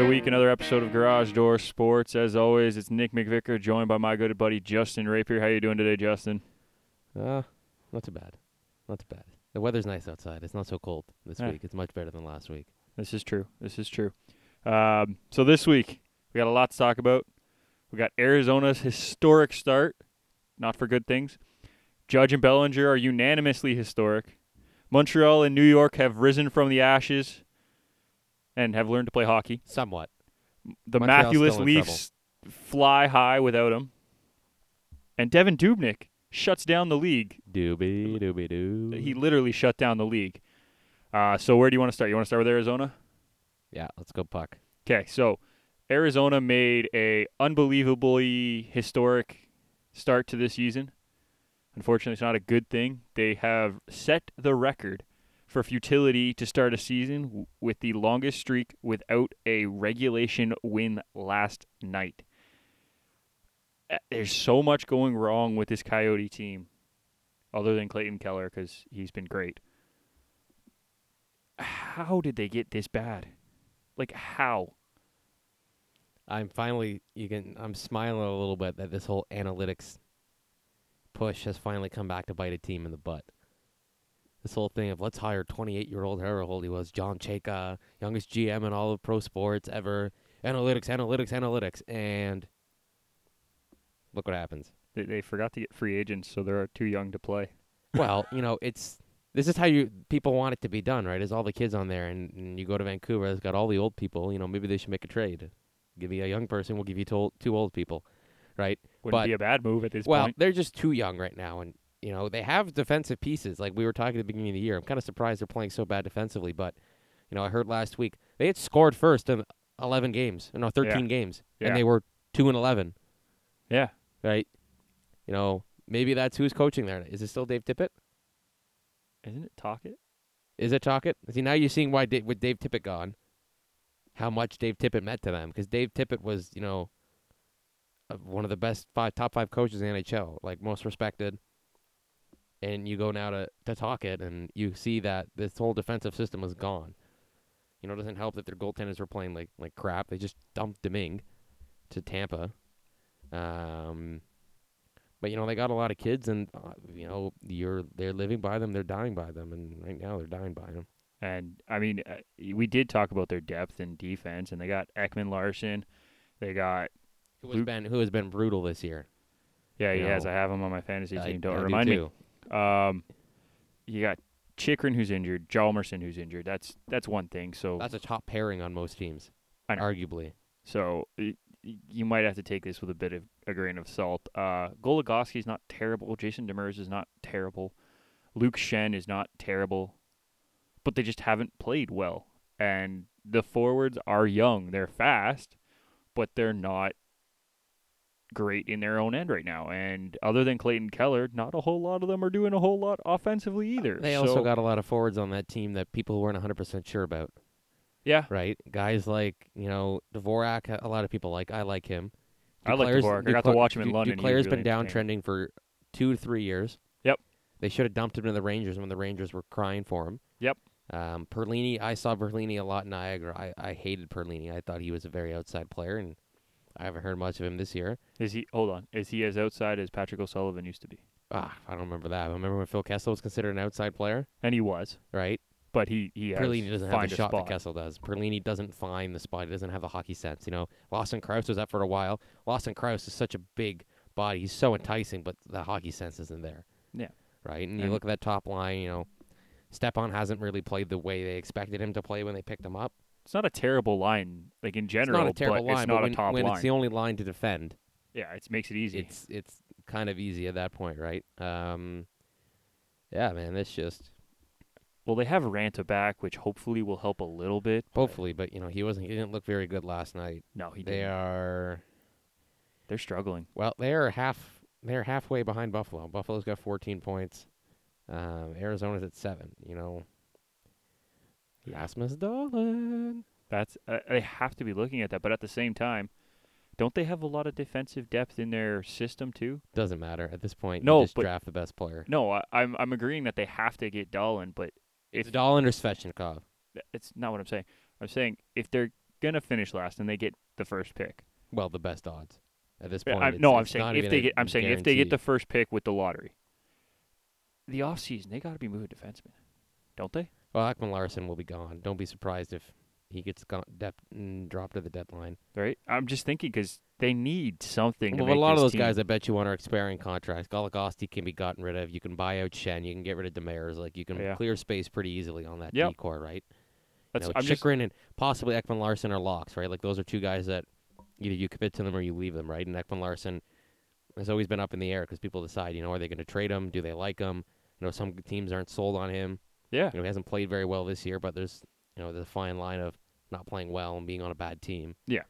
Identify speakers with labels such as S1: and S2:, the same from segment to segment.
S1: episode of Garage Door Sports. As always, it's Nick McVicker joined by my good buddy Justin Rapier. How you doing today, Justin?
S2: Uh, not too bad. Not too bad. The weather's nice outside. It's not so cold this
S1: Yeah.
S2: week. It's much better than last week.
S1: This is true. This is true. Um, so this week we got a lot to talk about. We got Arizona's historic start, not for good things. Judge and Bellinger are unanimously historic. Montreal and New York have risen from the ashes and have learned to play hockey.
S2: Somewhat.
S1: The
S2: Montreal's still
S1: Maculus
S2: in
S1: Leafs fly high without him. And Devin Dubnik shuts down the league.
S2: Doobie doobie doo.
S1: He literally shut down the league. Uh, so where do you want to start? You want to start with Arizona?
S2: yeah, let's go puck.
S1: Okay, so Arizona made a unbelievably historic start to this season. Unfortunately, it's not a good thing. They have set the record for futility to start a season w- with the longest streak without a regulation win last night. Uh, There's so much going wrong with this Coyote team, other than Clayton Keller because he's been great. How did they get this bad? Like how?
S2: I'm finally you can I'm smiling a little bit that this whole analytics push has finally come back to bite a team in the butt. This whole thing of let's hire 28 year old however old he was John Chaka, youngest GM in all of pro sports ever. Analytics, analytics, analytics, and look what happens.
S1: They, they forgot to get free agents, so they're too young to play.
S2: well, you know, it's this is how you people want it to be done, right? Is all the kids on there, and, and you go to Vancouver, it's got all the old people. You know, maybe they should make a trade. Give you a young person, we'll give you two, two old people, right?
S1: Wouldn't
S2: But-
S1: be a bad move at this
S2: well,
S1: point.
S2: they're just too young right now, and you know they have defensive pieces. Like we were talking at the beginning of the year, I'm kind of surprised they're playing so bad defensively. But you know, I heard last week they had scored first in 11 games, no, 13 games,
S1: Yeah.
S2: and they were two and 11,
S1: Yeah,
S2: right? You know, maybe that's who's coaching there. Is it still Dave Tippett?
S1: isn't it Talkit?
S2: Is it Talkett? See, now you're seeing why Dave, with Dave Tippett gone, how much Dave Tippett meant to them. Because Dave Tippett was, you know, uh, one of the best five, top five coaches in the NHL, like most respected. And you go now to, to Talkett, and you see that this whole defensive system is gone. You know, it doesn't help that their goaltenders were playing like, like crap. They just dumped Deming to Tampa. Um, but you know they got a lot of kids, and uh, you know you're they're living by them, they're dying by them, and right now they're dying by them.
S1: And I mean, uh, we did talk about their depth and defense, and they got Ekman Larson. They got
S2: Who has
S1: Luke-
S2: been who has been brutal this year?
S1: yeah, he
S2: You
S1: has.
S2: know,
S1: I have him on my fantasy
S2: I-
S1: team.
S2: I
S1: Don't
S2: do
S1: remind me.
S2: too.
S1: Um, you got Chikrin who's injured, Jalmerson who's injured. That's that's one thing. So
S2: That's a top pairing on most teams,
S1: I know.
S2: arguably.
S1: so y- y- you might have to take this with a bit of a grain of salt. Uh, Goligoski's not terrible. Jason Demers is not terrible. Luke Shen is not terrible, but they just haven't played well. And the forwards are young. They're fast, but they're not great in their own end right now. And other than Clayton Keller, not a whole lot of them are doing a whole lot offensively either.
S2: They
S1: so,
S2: also got a lot of forwards on that team that people weren't 100 percent sure about.
S1: yeah.
S2: Right, guys like you know Dvorak. a- A lot of people like. I like him.
S1: I like
S2: Duclair's-
S1: Dvorak. I got to
S2: Duclair-
S1: watch him in
S2: Du-
S1: London. He was
S2: Duclair's
S1: really
S2: been
S1: entertaining.
S2: downtrending for two to three years.
S1: Yep.
S2: They should have dumped him to the Rangers when the Rangers were crying for him.
S1: Yep.
S2: Um, Perlini, I saw Perlini a lot in Niagara. I, I hated Perlini. I thought he was a very outside player, and I haven't heard much of him this year.
S1: Is he? Hold on. Is he as outside as Patrick O'Sullivan used to be?
S2: Ah, I don't remember that. I remember when Phil Kessel was considered an outside player,
S1: And he was,
S2: right?
S1: but he he has
S2: Perlini doesn't have
S1: find
S2: the shot
S1: a
S2: that
S1: spot.
S2: Kessel does. Perlini doesn't find the spot. He doesn't have the hockey sense. You know, Lawson Krause was up for a while. Lawson Krause is such a big body. He's so enticing, but the hockey sense isn't there.
S1: Yeah.
S2: Right? And you
S1: And-
S2: look at that top line, you know, Stepan hasn't really played the way they expected him to play when they picked him up.
S1: It's not a terrible line, like in general.
S2: it's not a terrible
S1: but
S2: line,
S1: It's not
S2: but when,
S1: a top
S2: when
S1: line.
S2: it's the only line to defend,
S1: yeah, it makes it easy.
S2: it's it's kind of easy at that point, right? Um, yeah, man, that's just
S1: well, they have Ranta back, which hopefully will help a little bit.
S2: hopefully, but you know, he wasn't he didn't look very good last night.
S1: No, he
S2: They
S1: didn't.
S2: are
S1: They're struggling.
S2: Well, they're half they're halfway behind Buffalo. Buffalo's got 14 points. Um, Arizona's at seven. You know, Rasmus Dolan.
S1: That's uh, they have to be looking at that. But at the same time, don't they have a lot of defensive depth in their system too?
S2: Doesn't matter at this point.
S1: No,
S2: you just
S1: but-
S2: draft the best player.
S1: No, I, I'm I'm agreeing that they have to get Dolan, but
S2: It's
S1: if
S2: Dolan or Svechnikov.
S1: Th- it's not what I'm saying. I'm saying if they're gonna finish last and they get the first pick.
S2: Well, the best odds at this
S1: Yeah,
S2: point.
S1: I,
S2: it's-
S1: no, I'm
S2: it's
S1: saying
S2: not
S1: if
S2: even
S1: they
S2: a
S1: get, I'm saying if they get
S2: guarantee.
S1: the first pick with the lottery, the offseason they got to be moving defensemen, don't they?
S2: Well, Ackman Larson will be gone. Don't be surprised if he gets gone, dep- mm, dropped to the deadline.
S1: Right? I'm just thinking because they need something. to
S2: Well, a
S1: make
S2: lot of
S1: this
S2: those
S1: team-
S2: guys, I bet you, on are expiring contracts. Goligosti can be gotten rid of. You can buy out Shen. You can get rid of Demers. Like you can
S1: Yeah.
S2: clear space pretty easily on that
S1: Yep.
S2: D core, right?
S1: That's,
S2: you know,
S1: I'm just,
S2: Chikrin and possibly Ekman Larson are locks, right? Like those are two guys that either you commit to them or you leave them, right? And Ekman Larson has always been up in the air because people decide, you know, are they going to trade him? Do they like him? You know, some teams aren't sold on him.
S1: yeah,
S2: You know, he hasn't played very well this year, but there's you know there's a fine line of not playing well and being on a bad team.
S1: Yeah.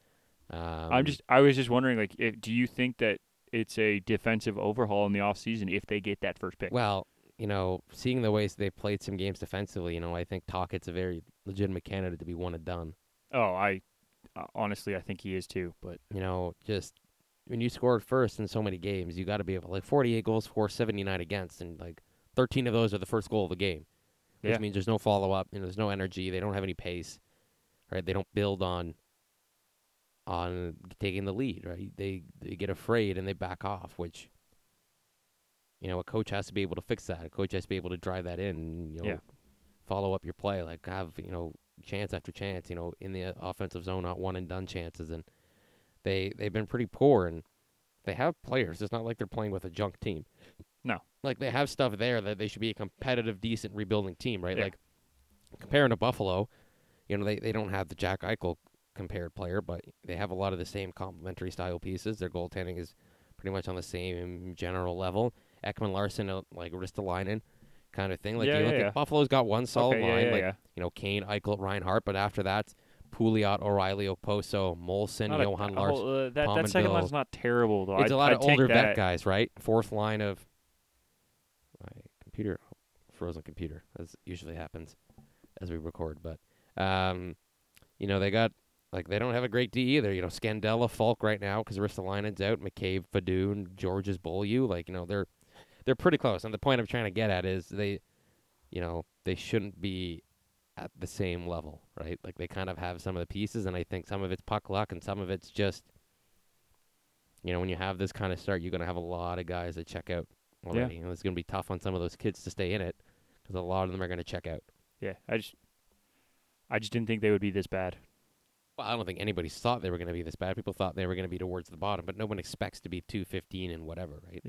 S2: Um,
S1: I'm just, I was just wondering, like, if, do you think that it's a defensive overhaul in the offseason if they get that first pick?
S2: well, you know, seeing the ways they played some games defensively, you know, I think Tockett's a very legitimate candidate to be one and done.
S1: oh, I uh, honestly, I think he is too. But
S2: you know, just when you scored first in so many games, you got to be able like 48 goals for 79 against, and like 13 of those are the first goal of the game, which
S1: Yeah.
S2: means there's no follow up, you know, there's no energy, they don't have any pace, right? They don't build on on taking the lead, right? They they get afraid and they back off, which you know a coach has to be able to fix that. A coach has to be able to drive that in. You know,
S1: Yeah.
S2: follow up your play, like have you know chance after chance, you know, in the uh, offensive zone, not one and done chances, and they they've been pretty poor and they have players. It's not like they're playing with a junk team.
S1: No.
S2: Like they have stuff there that they should be a competitive, decent rebuilding team, right?
S1: Yeah.
S2: Like comparing to Buffalo, you know, they, they don't have the Jack Eichel compared player, but they have a lot of the same complementary style pieces. Their goaltending is pretty much on the same general level. Ekman Larson, uh, like Ristolainen kind of thing. Like
S1: Yeah,
S2: you
S1: yeah,
S2: look
S1: yeah.
S2: at Buffalo's got one solid
S1: okay,
S2: line,
S1: yeah, yeah,
S2: like
S1: yeah.
S2: you know, Kane, Eichel, Reinhardt, but after that, Pouliot, O'Reilly, Oposo, Molson,
S1: Not a-
S2: Johan
S1: a
S2: Larson.
S1: whole- uh, that, that second
S2: Palmville.
S1: line's not terrible though.
S2: It's
S1: a
S2: a lot of older
S1: that.
S2: vet guys, right? Fourth line of my computer, frozen computer, as usually happens as we record. But um, you know, they got like they don't have a great D either. You know, Scandella, Falk right now because Ristolainen's out, McCabe, Fadoon, George's Beaulieu. Like you know, they're they're pretty close. And the point I'm trying to get at is they, you know, they shouldn't be at the same level, right? Like they kind of have some of the pieces, and I think some of it's puck luck and some of it's just you know, when you have this kind of start, you're going to have a lot of guys that check out already. And it's going to be tough on some of those kids to stay in it because a lot of them are going to check out.
S1: Yeah, I just, I just didn't think they would be this bad.
S2: Well, I don't think anybody thought they were going to be this bad. People thought they were going to be towards the bottom, but no one expects to be 215 and whatever, right?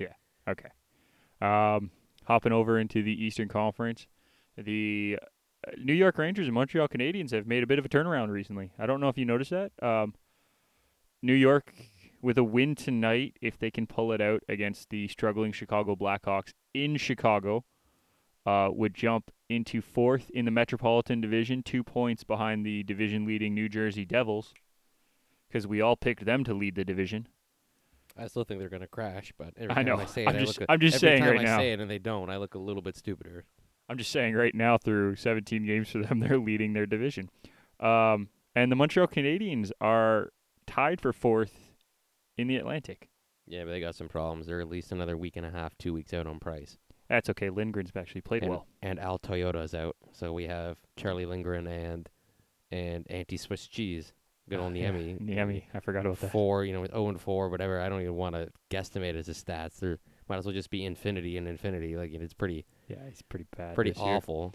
S1: Okay. Um, hopping over into the Eastern Conference, the uh, New York Rangers and Montreal Canadiens have made a bit of a turnaround recently. I don't know if you noticed that. Um, New York with a win tonight, if they can pull it out against the struggling Chicago Blackhawks in Chicago, uh, would jump into fourth in the Metropolitan Division, two points behind the division-leading New Jersey Devils, because we all picked them to lead the division.
S2: I still think they're going to crash, but every
S1: I
S2: time
S1: know.
S2: I say it,
S1: I'm
S2: I
S1: just-
S2: look.
S1: I'm just
S2: every
S1: saying
S2: time
S1: right
S2: I
S1: now.
S2: say it and they don't, I look a little bit stupider.
S1: I'm just saying right now through 17 games for them, they're leading their division. Um, and the Montreal Canadiens are tied for fourth in the Atlantic.
S2: Yeah, but they got some problems. They're at least another week and a half, two weeks out on price.
S1: That's okay. Lindgren's actually played
S2: and,
S1: well.
S2: and Al Toyota's out, so we have Charlie Lindgren and and Anti Swiss Cheese. Good old
S1: Yeah,
S2: Niemi.
S1: Niemi. I forgot about that.
S2: four, you know, with zero and four, whatever. I don't even want to guesstimate his stats. There might as well just be infinity and infinity. Like it's pretty,
S1: Yeah, he's pretty bad.
S2: pretty
S1: this year.
S2: awful.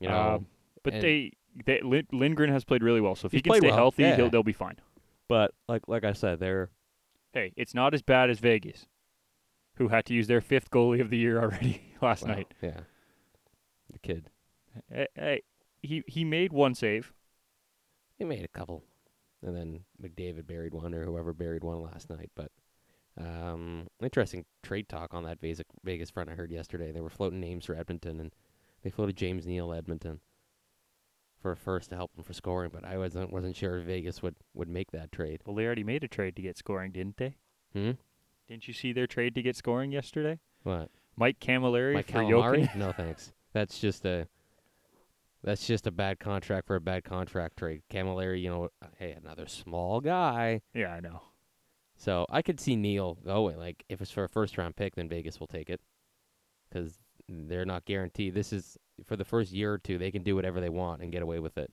S2: You know,
S1: Um, but
S2: and-
S1: they, they Lin- Lindgren has played really well, so if
S2: He's
S1: he can
S2: played
S1: stay
S2: well,
S1: healthy,
S2: yeah.
S1: he'll they'll be fine.
S2: but like like I said, they're
S1: Hey, it's not as bad as Vegas, who had to use their fifth goalie of the year already last night.
S2: Yeah, the kid.
S1: Hey, hey, he he made one save.
S2: He made a couple, and then McDavid buried one, or whoever buried one last night. But um, interesting trade talk on that Vegas Vegas front. I heard yesterday they were floating names for Edmonton, and they floated James Neal Edmonton for a first to help him for scoring. But I wasn't wasn't sure if Vegas would would make that trade.
S1: Well, they already made a trade to get scoring, didn't they?
S2: Hmm.
S1: Didn't you see their trade to get scoring yesterday?
S2: What?
S1: Mike Camilleri
S2: Mike
S1: for
S2: Calamari?
S1: Jokic.
S2: No thanks. That's just a that's just a bad contract for a bad contract trade. Camilleri, you know, hey, another small guy.
S1: Yeah, I know.
S2: So I could see Neil going. Like if it's for a first round pick, then Vegas will take it because they're not guaranteed. This is for the first year or two. They can do whatever they want and get away with it.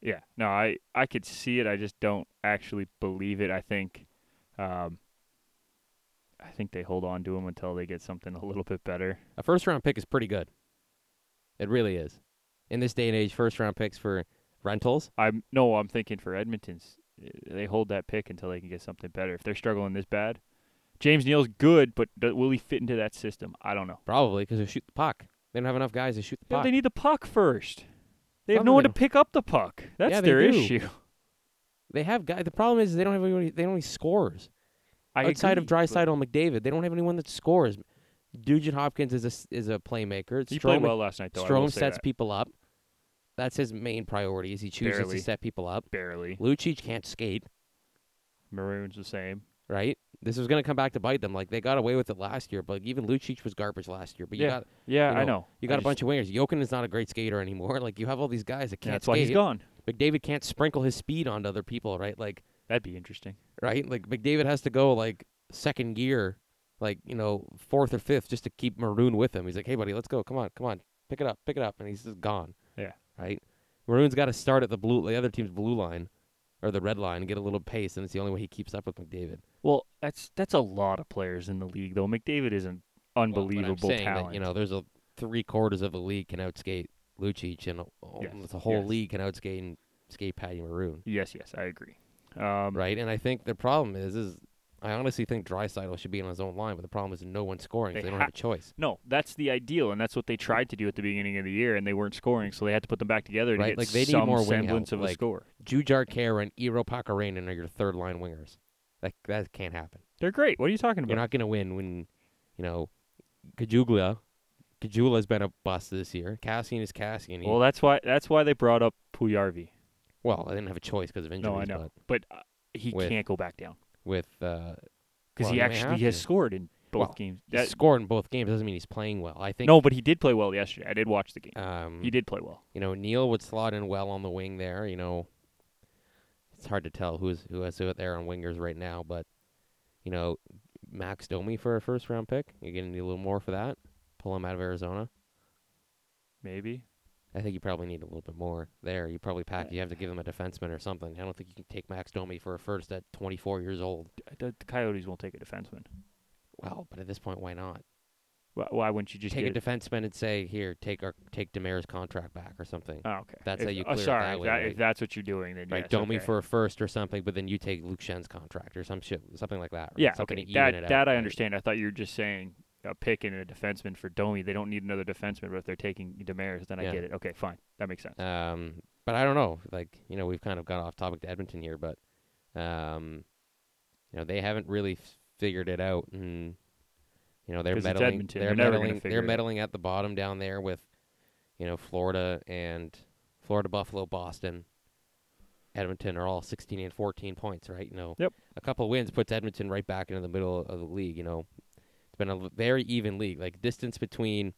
S1: Yeah, no, I I could see it. I just don't actually believe it. I think, um, I think they hold on to him until they get something a little bit better.
S2: A first round pick is pretty good. It really is. In this day and age, first round picks for rentals.
S1: I'm no, I'm thinking for Edmonton's, uh, they hold that pick until they can get something better. If they're struggling this bad, James Neal's good, but do, will he fit into that system? I don't know.
S2: Probably because they shoot the puck. They don't have enough guys to shoot the
S1: No,
S2: puck.
S1: they need the puck first. They
S2: Some
S1: have
S2: of
S1: no one to
S2: them.
S1: pick up the puck. That's
S2: Yeah, they
S1: their
S2: do.
S1: issue.
S2: They have guys. The problem is they don't have any. They don't have any scores
S1: I
S2: outside of
S1: agree, but
S2: Drysdale and McDavid. They don't have anyone that scores. Nugent Hopkins is a s- is a playmaker.
S1: He
S2: Strome-
S1: played well last night, though. I will
S2: Strome
S1: say
S2: sets
S1: that.
S2: people up. That's his main priority. Is he chooses
S1: Barely.
S2: to set people up.
S1: barely.
S2: Lucic can't skate.
S1: Maroon's the same.
S2: Right. This is going to come back to bite them. Like they got away with it last year, but even Lucic was garbage last year. But you
S1: Yeah.
S2: got
S1: Yeah,
S2: You
S1: I know.
S2: you
S1: a
S2: got a bunch of wingers. Jokin is not a great skater anymore. Like you have all these guys that can't
S1: That's why
S2: skate.
S1: he's gone.
S2: McDavid can't sprinkle his speed onto other people. Right. Like
S1: That'd be interesting.
S2: right? Like McDavid has to go like second gear, like you know fourth or fifth, just to keep Maroon with him. He's like, "Hey, buddy, let's go. Come on, come on, pick it up, pick it up," and he's just gone.
S1: Yeah.
S2: Right. Maroon's got to start at the blue, the other team's blue line, or the red line, and get a little pace, and it's the only way he keeps up with McDavid.
S1: Well, that's that's a lot of players in the league, though. McDavid is an unbelievable
S2: well, but I'm saying
S1: talent.
S2: That, you know, there's a three quarters of the league can outskate Lucic, and oh,
S1: Yes,
S2: the whole
S1: yes.
S2: league can outskate and skate Patty Maroon.
S1: yes, yes, I agree. Um,
S2: Right. And I think the problem is, is I honestly think Drysdale should be on his own line, but the problem is no one's scoring, so
S1: They
S2: they don't
S1: ha-
S2: have a choice.
S1: No, that's the ideal, and that's what they tried to do at the beginning of the year, and they weren't scoring, so they had to put them back together to
S2: Right,
S1: get
S2: like, they need
S1: some
S2: more wing
S1: semblance
S2: help,
S1: of a
S2: like-
S1: score.
S2: Jujar Kara and Iro Pakarainen are your third line wingers. That that can't happen.
S1: They're great. What are you talking
S2: You're
S1: about?
S2: not gonna win when, you know, Kajuglia. Kajula's been a bust this year. Cassian is Cassian. He-
S1: well, that's why that's why they brought up Puyarvi.
S2: well, I didn't have a choice because of injuries.
S1: No, I know,
S2: But
S1: but uh, he
S2: With-
S1: can't go back down
S2: with uh,
S1: because
S2: Well,
S1: he
S2: he may
S1: actually
S2: have
S1: has
S2: to.
S1: scored in both
S2: Well,
S1: games.
S2: he
S1: That,
S2: scored in both games doesn't mean he's playing well. I think.
S1: no, but he did play well yesterday. I did watch the game.
S2: Um,
S1: he did play well.
S2: You know, Neil would slot in well on the wing there. You know, it's hard to tell who's who is out there on wingers right now, but you know, Max Domi for a first round pick. You're gonna need a little more for that. Pull him out of Arizona.
S1: Maybe
S2: I think you probably need a little bit more there. You probably pack. You have to give him a defenseman or something. I don't think you can take Max Domi for a first at 24 years old.
S1: the, the Coyotes won't take a defenseman.
S2: Well, but at this point, why not
S1: Why, why wouldn't you just
S2: take
S1: get
S2: a defenseman and say, "Here, take our take Demers contract back or something."
S1: Oh, okay.
S2: That's
S1: if,
S2: how you
S1: oh,
S2: clear it
S1: sorry,
S2: that
S1: if,
S2: way,
S1: if
S2: right?
S1: that's what you're doing, then
S2: Right,
S1: yes,
S2: Domi
S1: okay.
S2: for a first or something, but then you take Luke Shen's contract or some shit, something like that. Right?
S1: yeah.
S2: something
S1: Okay.
S2: to
S1: That
S2: even it
S1: that
S2: out,
S1: I
S2: right?
S1: understand. I thought you were just saying a pick and a defenseman for Domi. They don't need another defenseman, but if they're taking Demers, then I
S2: Yeah.
S1: get it. Okay, fine. That makes sense.
S2: Um, but I don't know. Like you know, we've kind of got off topic to Edmonton here, but um, you know, they haven't really f- figured it out, and you know, they're
S1: 'Cause it's
S2: meddling.
S1: Edmonton.
S2: They're
S1: They're never gonna
S2: meddling.
S1: figure it
S2: They're
S1: out.
S2: meddling at the bottom down there with, you know, Florida and Florida, Buffalo, Boston, Edmonton are all 16 and 14 points, right? You know,
S1: Yep.
S2: a couple wins puts Edmonton right back into the middle of the league. You know, it's been a l- very even league. Like distance between,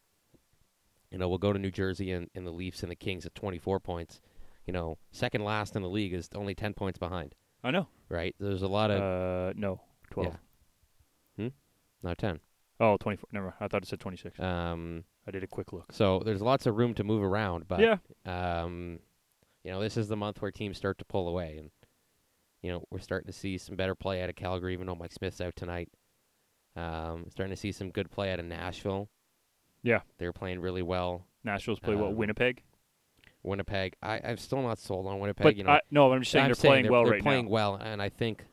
S2: you know, we'll go to New Jersey and, and the Leafs and the Kings at 24 points. You know, second last in the league is only 10 points behind,
S1: I know.
S2: right? There's a lot of
S1: Oh, Uh, no, twelve.
S2: no 10.
S1: Oh, 24. Never. mind. I thought it said 26.
S2: Um,
S1: I did a quick look.
S2: so there's lots of room to move around, but
S1: yeah.
S2: um, you know, this is the month where teams start to pull away, and you know we're starting to see some better play out of Calgary, even though Mike Smith's out tonight. Um, starting to see some good play out of Nashville.
S1: Yeah.
S2: they're playing really well.
S1: Nashville's play well.
S2: um,
S1: Winnipeg.
S2: Winnipeg, I, I'm still not sold on Winnipeg.
S1: But
S2: you know,
S1: I, no, I'm just saying
S2: I'm
S1: they're playing well
S2: they're
S1: right
S2: playing
S1: now.
S2: well, and I think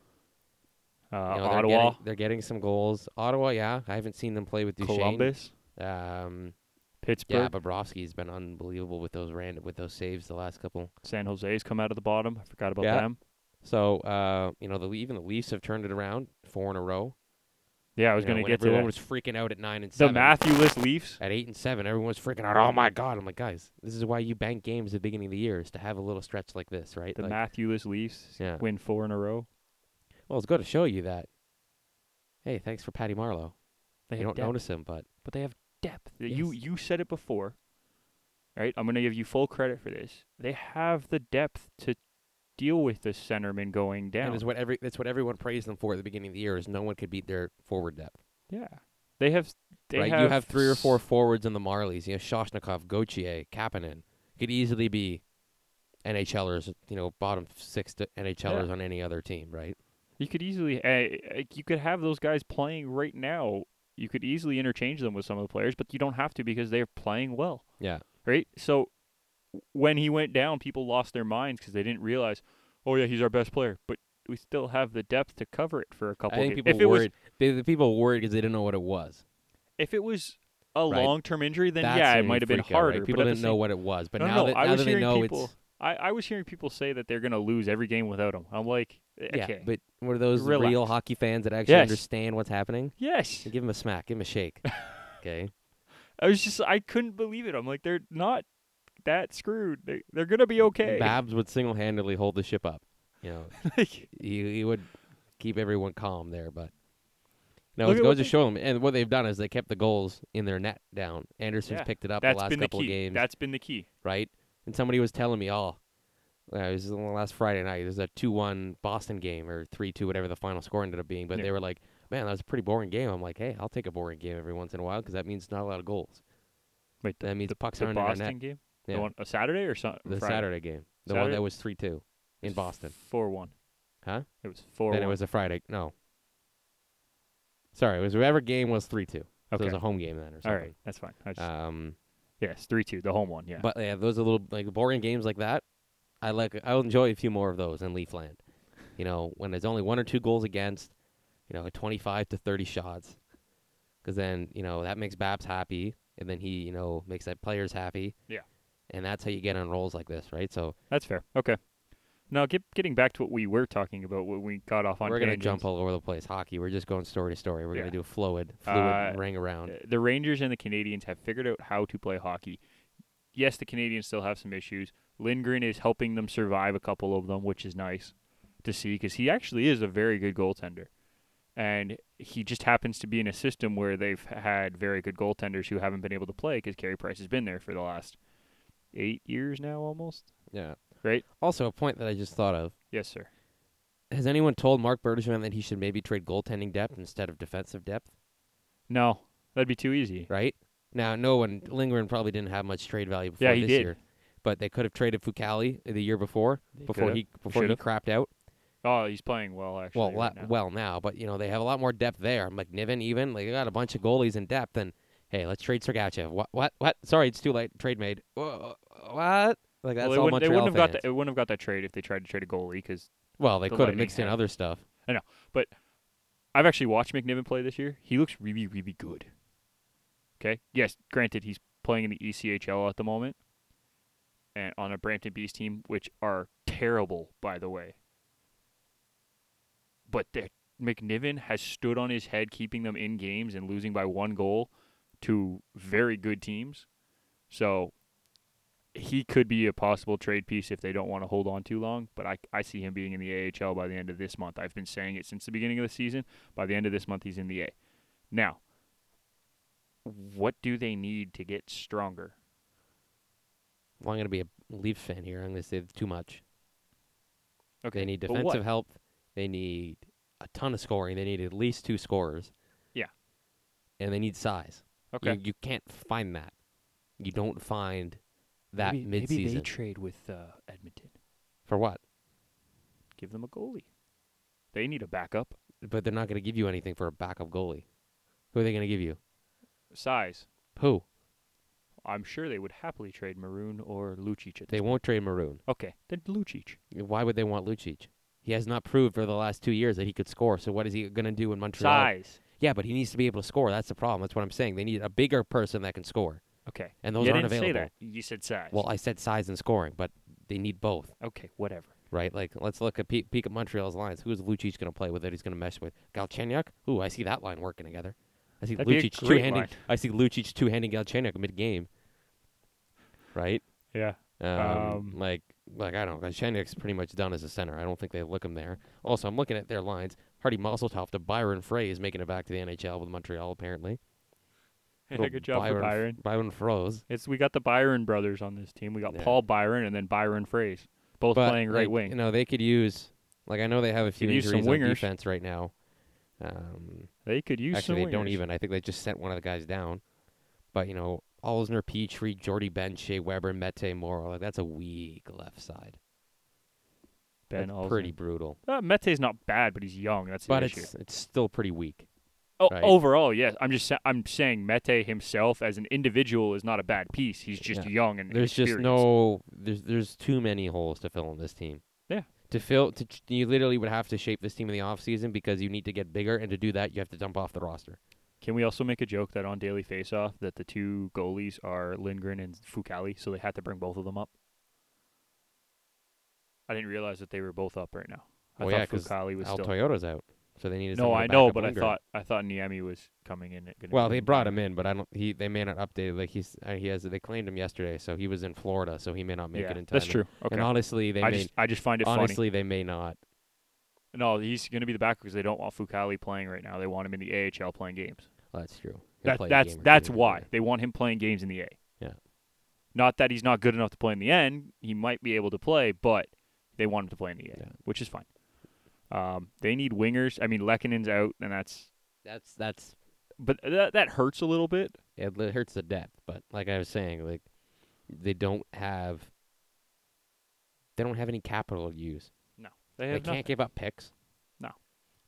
S1: Uh,
S2: you know, they're
S1: Ottawa,
S2: getting, they're getting some goals. Ottawa, yeah, I haven't seen them play with Duchesne.
S1: Columbus,
S2: Um,
S1: Pittsburgh,
S2: yeah, Bobrovsky's been unbelievable with those random with those saves the last couple.
S1: San Jose's come out of the bottom. I forgot about
S2: Yeah.
S1: them.
S2: So uh, you know, the even the Leafs have turned it around four in a row.
S1: Yeah, I was
S2: You know,
S1: going
S2: when
S1: to get to
S2: everyone
S1: that.
S2: was freaking out at nine and
S1: the
S2: seven.
S1: Matthew List Leafs.
S2: at eight and seven, everyone was freaking out. Oh my god! I'm like, guys, this is why you bank games at the beginning of the year is to have a little stretch like this, right?
S1: The
S2: Like,
S1: Matthew List Leafs
S2: Yeah.
S1: win four in a row.
S2: well, it's good to show you that. Hey, thanks for Patty Marlowe.
S1: They
S2: you
S1: have
S2: don't
S1: depth,
S2: notice him, but
S1: but they have depth. You
S2: Yes.
S1: you said it before. Right? I'm gonna give you full credit for this. They have the depth to deal with the centerman going
S2: and
S1: down.
S2: is what every that's what everyone praised them for at the beginning of the year is no one could beat their forward depth.
S1: yeah. They have they
S2: right?
S1: have
S2: you have three or four
S1: s-
S2: forwards in the Marlies. You know, Shoshnikov, Gauthier, Kapanen could easily be NHLers, you know, bottom six to NHLers on any other team, right?
S1: You could easily, uh, you could have those guys playing right now. You could easily interchange them with some of the players, but you don't have to because they're playing well,
S2: Yeah.
S1: right? So when he went down, people lost their minds because they didn't realize, oh yeah, he's our best player, but we still have the depth to cover it for a couple.
S2: I think
S1: of games.
S2: people
S1: if it was
S2: worried. They, the people worried because they didn't know what it was.
S1: if it was a
S2: Right.
S1: long-term injury, then
S2: That's
S1: yeah,
S2: when
S1: it
S2: you
S1: might have been
S2: freak out, right?
S1: harder.
S2: People
S1: but at the
S2: didn't know
S1: same-
S2: what it was, but
S1: no,
S2: now
S1: no,
S2: that
S1: I
S2: now
S1: was
S2: that they
S1: hearing
S2: know
S1: people.
S2: it's
S1: I, I was hearing people say that they're gonna lose every game without him. I'm like, okay,
S2: yeah. But were those
S1: Relax.
S2: real hockey fans that actually
S1: Yes.
S2: understand what's happening?
S1: yes.
S2: Give him a smack. Give him a shake. okay.
S1: I was just I couldn't believe it. I'm like they're not that screwed. They they're gonna be okay.
S2: Babs would single handedly hold the ship up. You know,
S1: Like,
S2: he, he would keep everyone calm there, but no,
S1: Look
S2: it
S1: at
S2: goes
S1: what
S2: to
S1: they-
S2: show them. And what they've done is they kept the goals in their net down. Anderson's
S1: Yeah,
S2: picked it up the
S1: that's
S2: last
S1: been the
S2: couple
S1: key.
S2: of games,
S1: That's been the key.
S2: right? And somebody was telling me, oh, uh, it was on last Friday night. It was a 2 1 Boston game or 3 2, whatever the final score ended up being. But
S1: Yeah.
S2: they were like, man, that was a pretty boring game. I'm like, hey, I'll take a boring game every once in a while because that means not a lot of goals.
S1: Wait,
S2: That means
S1: the,
S2: pucks
S1: the
S2: aren't in
S1: Boston
S2: our net.
S1: game.
S2: Yeah.
S1: The one, a Saturday or something.
S2: The
S1: Friday?
S2: Saturday game, the one
S1: Saturday?
S2: that was 3 2 in Boston.
S1: Four one.
S2: Huh?
S1: It was four.
S2: Then it was a Friday. No. Sorry, it was whoever game was three two. So
S1: okay.
S2: it was a home game then or
S1: All
S2: something.
S1: right, that's fine. I just,
S2: Um
S1: yes, three two. The home one. Yeah.
S2: but yeah, those are little like boring games like that. I like I'll enjoy a few more of those in Leafland. You know, when there's only one or two goals against, you know, 25 to 30 shots. Cuz then, you know, that makes Babs happy and then he, you know, makes that players happy.
S1: Yeah.
S2: And that's how you get on rolls like this, right? So
S1: That's fair. Okay. Now, get, getting back to what we were talking about, what we got off on.
S2: we're going to
S1: tangents.
S2: jump all over the place. Hockey, we're just going story to story. We're going
S1: Yeah.
S2: to do a fluid fluid
S1: Uh,
S2: ring around.
S1: Uh, The Rangers and the Canadians have figured out how to play hockey. Yes, the Canadians still have some issues. Lindgren is helping them survive a couple of them, which is nice to see because he actually is a very good goaltender. And he just happens to be in a system where they've had very good goaltenders who haven't been able to play because Carey Price has been there for the last eight years now almost.
S2: Yeah.
S1: Right?
S2: Also, a point that I just thought of:
S1: Yes, sir.
S2: Has anyone told Mark Bergevin that he should maybe trade goaltending depth instead of defensive depth?
S1: No, that'd be too easy.
S2: Right now, no one. Lindgren probably didn't have much trade value before
S1: Yeah, he
S2: this
S1: did.
S2: year, but they could have traded Fucali the year before before
S1: could've,
S2: he before he
S1: should've.
S2: crapped out.
S1: Oh, he's playing well, actually.
S2: Well,
S1: right
S2: la-
S1: now.
S2: well now, but you know they have a lot more depth there. McNiven even like they got a bunch of goalies in depth. And hey, let's trade Sergachev. What? What? What? Sorry, it's too late. Trade made. Wha- What? Like that's
S1: Well, they,
S2: all
S1: wouldn't, they
S2: Montreal
S1: wouldn't have got
S2: fans.
S1: that. It wouldn't have got that trade if they tried to trade a goalie because
S2: well, they
S1: the
S2: could have
S1: Lightning
S2: mixed in
S1: had.
S2: other stuff.
S1: I've actually watched McNiven play this year. He looks really, really good. Okay. Yes, granted, he's playing in the E ECHL at the moment, and on a Brampton Beast team, which are terrible, by the way. But the- McNiven has stood on his head, keeping them in games and losing by one goal to very good teams. So he could be a possible trade piece if they don't want to hold on too long. But I, I see him being in the AHL by the end of this month. I've been saying it since the beginning of the season. By the end of this month, he's in the A. Now, what do they need to get stronger?
S2: Well, I'm going to be a Leafs fan here. I'm going to say too much.
S1: Okay,
S2: They need
S1: but what-
S2: defensive help. They need a ton of scoring. They need at least two scorers.
S1: Yeah.
S2: And they need size.
S1: Okay,
S2: You, you can't find that. You don't find that
S1: maybe,
S2: midseason.
S1: maybe they trade with uh, Edmonton.
S2: For what?
S1: Give them a goalie. They need a backup
S2: But they're not going to give you anything for a backup goalie. Who are they going to give you?
S1: size.
S2: Who?
S1: I'm sure they would happily trade Maroon or Lucic. At
S2: They
S1: this-
S2: won't trade Maroon.
S1: okay, then Lucic.
S2: Why would they want Lucic? He has not proved for the last two years that he could score. So what is he going to do in Montreal?
S1: Size.
S2: Yeah, but he needs to be able to score. That's the problem. That's what I'm saying. They need a bigger person that can score.
S1: Okay,
S2: And those
S1: you
S2: aren't
S1: didn't say
S2: available.
S1: that. You said size.
S2: Well, I said size and scoring, but they need both,
S1: okay, whatever.
S2: right? Like, let's look at peak, peak at Montreal's lines. Who is Lucic going to play with that he's going to mesh with? Galchenyuk? Ooh, I see that line working together. I see
S1: That'd be a
S2: Lucic
S1: great
S2: two-handing.
S1: line.
S2: I see Lucic two-handing Galchenyuk mid-game, right?
S1: Yeah.
S2: Um,
S1: Um,
S2: like, like I don't know. Galchenyuk's pretty much done as a center. I don't think they look him there. Also, I'm looking at their lines. Hardy Mosseltoff to Byron Frey is making it back to the NHL with Montreal, apparently. Little
S1: Good job for Byron.
S2: Byron froze.
S1: It's we got the Byron brothers on this team. We got
S2: Yeah.
S1: Paul Byron and then Byron Fraze, both
S2: but,
S1: playing right
S2: like,
S1: wing.
S2: You know, they could use like I know they have a few
S1: use some
S2: injuries on
S1: wingers.
S2: defense right now. Um,
S1: they could use
S2: actually,
S1: some
S2: they don't
S1: wingers.
S2: even. I think they just sent one of the guys down. But you know, Alsner, Petrie, Jordy Ben, Shea Weber, Mete Morrow. Like that's a weak left side.
S1: Ben
S2: that's
S1: Olsen.
S2: pretty brutal.
S1: Uh, Mete's not bad, but he's young. That's the
S2: But
S1: issue.
S2: it's it's still pretty weak.
S1: Oh,
S2: right.
S1: overall, yes. I'm just sa- I'm saying Mete himself as an individual is not a bad piece. He's just
S2: Yeah.
S1: young and
S2: There's just
S1: inexperienced.
S2: no there's there's too many holes to fill in this team.
S1: Yeah.
S2: To fill to ch- you literally would have to shape this team in the offseason because you need to get bigger and to do that you have to dump off the roster.
S1: Can we also make a joke that on Daily Faceoff that the two goalies are Lindgren and Fukali, so they had to bring both of them up? I didn't realize that they were both up right now. I
S2: Well, yeah,
S1: thought
S2: 'cause
S1: Fukali was
S2: Al
S1: still.
S2: Toyota's out. So they needed
S1: No,
S2: someone to
S1: I
S2: back
S1: know,
S2: up
S1: but
S2: Lindgren.
S1: I thought I thought Niemi was coming in. At, gonna
S2: Well,
S1: be
S2: they
S1: the
S2: brought
S1: guy.
S2: him in, but I don't. He they may not update. Like he's uh, he has. They claimed him yesterday, so he was in Florida, so he may not make
S1: yeah,
S2: it in time.
S1: that's true. Okay,
S2: And honestly, they
S1: I
S2: may.
S1: just I just find it funny.
S2: honestly, they may not.
S1: No, he's going to be the backup because they don't want Fukali playing right now. They want him in the AHL playing games.
S2: Well, that's true. He'll
S1: That,
S2: play a
S1: that's
S2: game or two
S1: that's
S2: here and
S1: why
S2: there.
S1: they want him playing games in the A.
S2: Yeah.
S1: Not that he's not good enough to play in the N. He might be able to play, but they want him to play in the A,
S2: Yeah.
S1: which is fine. Um, they need wingers. I mean, Lekkonen's out, and that's
S2: That's that's
S1: but that that hurts a little bit.
S2: it li- hurts the depth, but like I was saying, like they don't have. They don't have any capital to use.
S1: They
S2: They,
S1: have
S2: can't
S1: nothing.
S2: give up picks.
S1: No.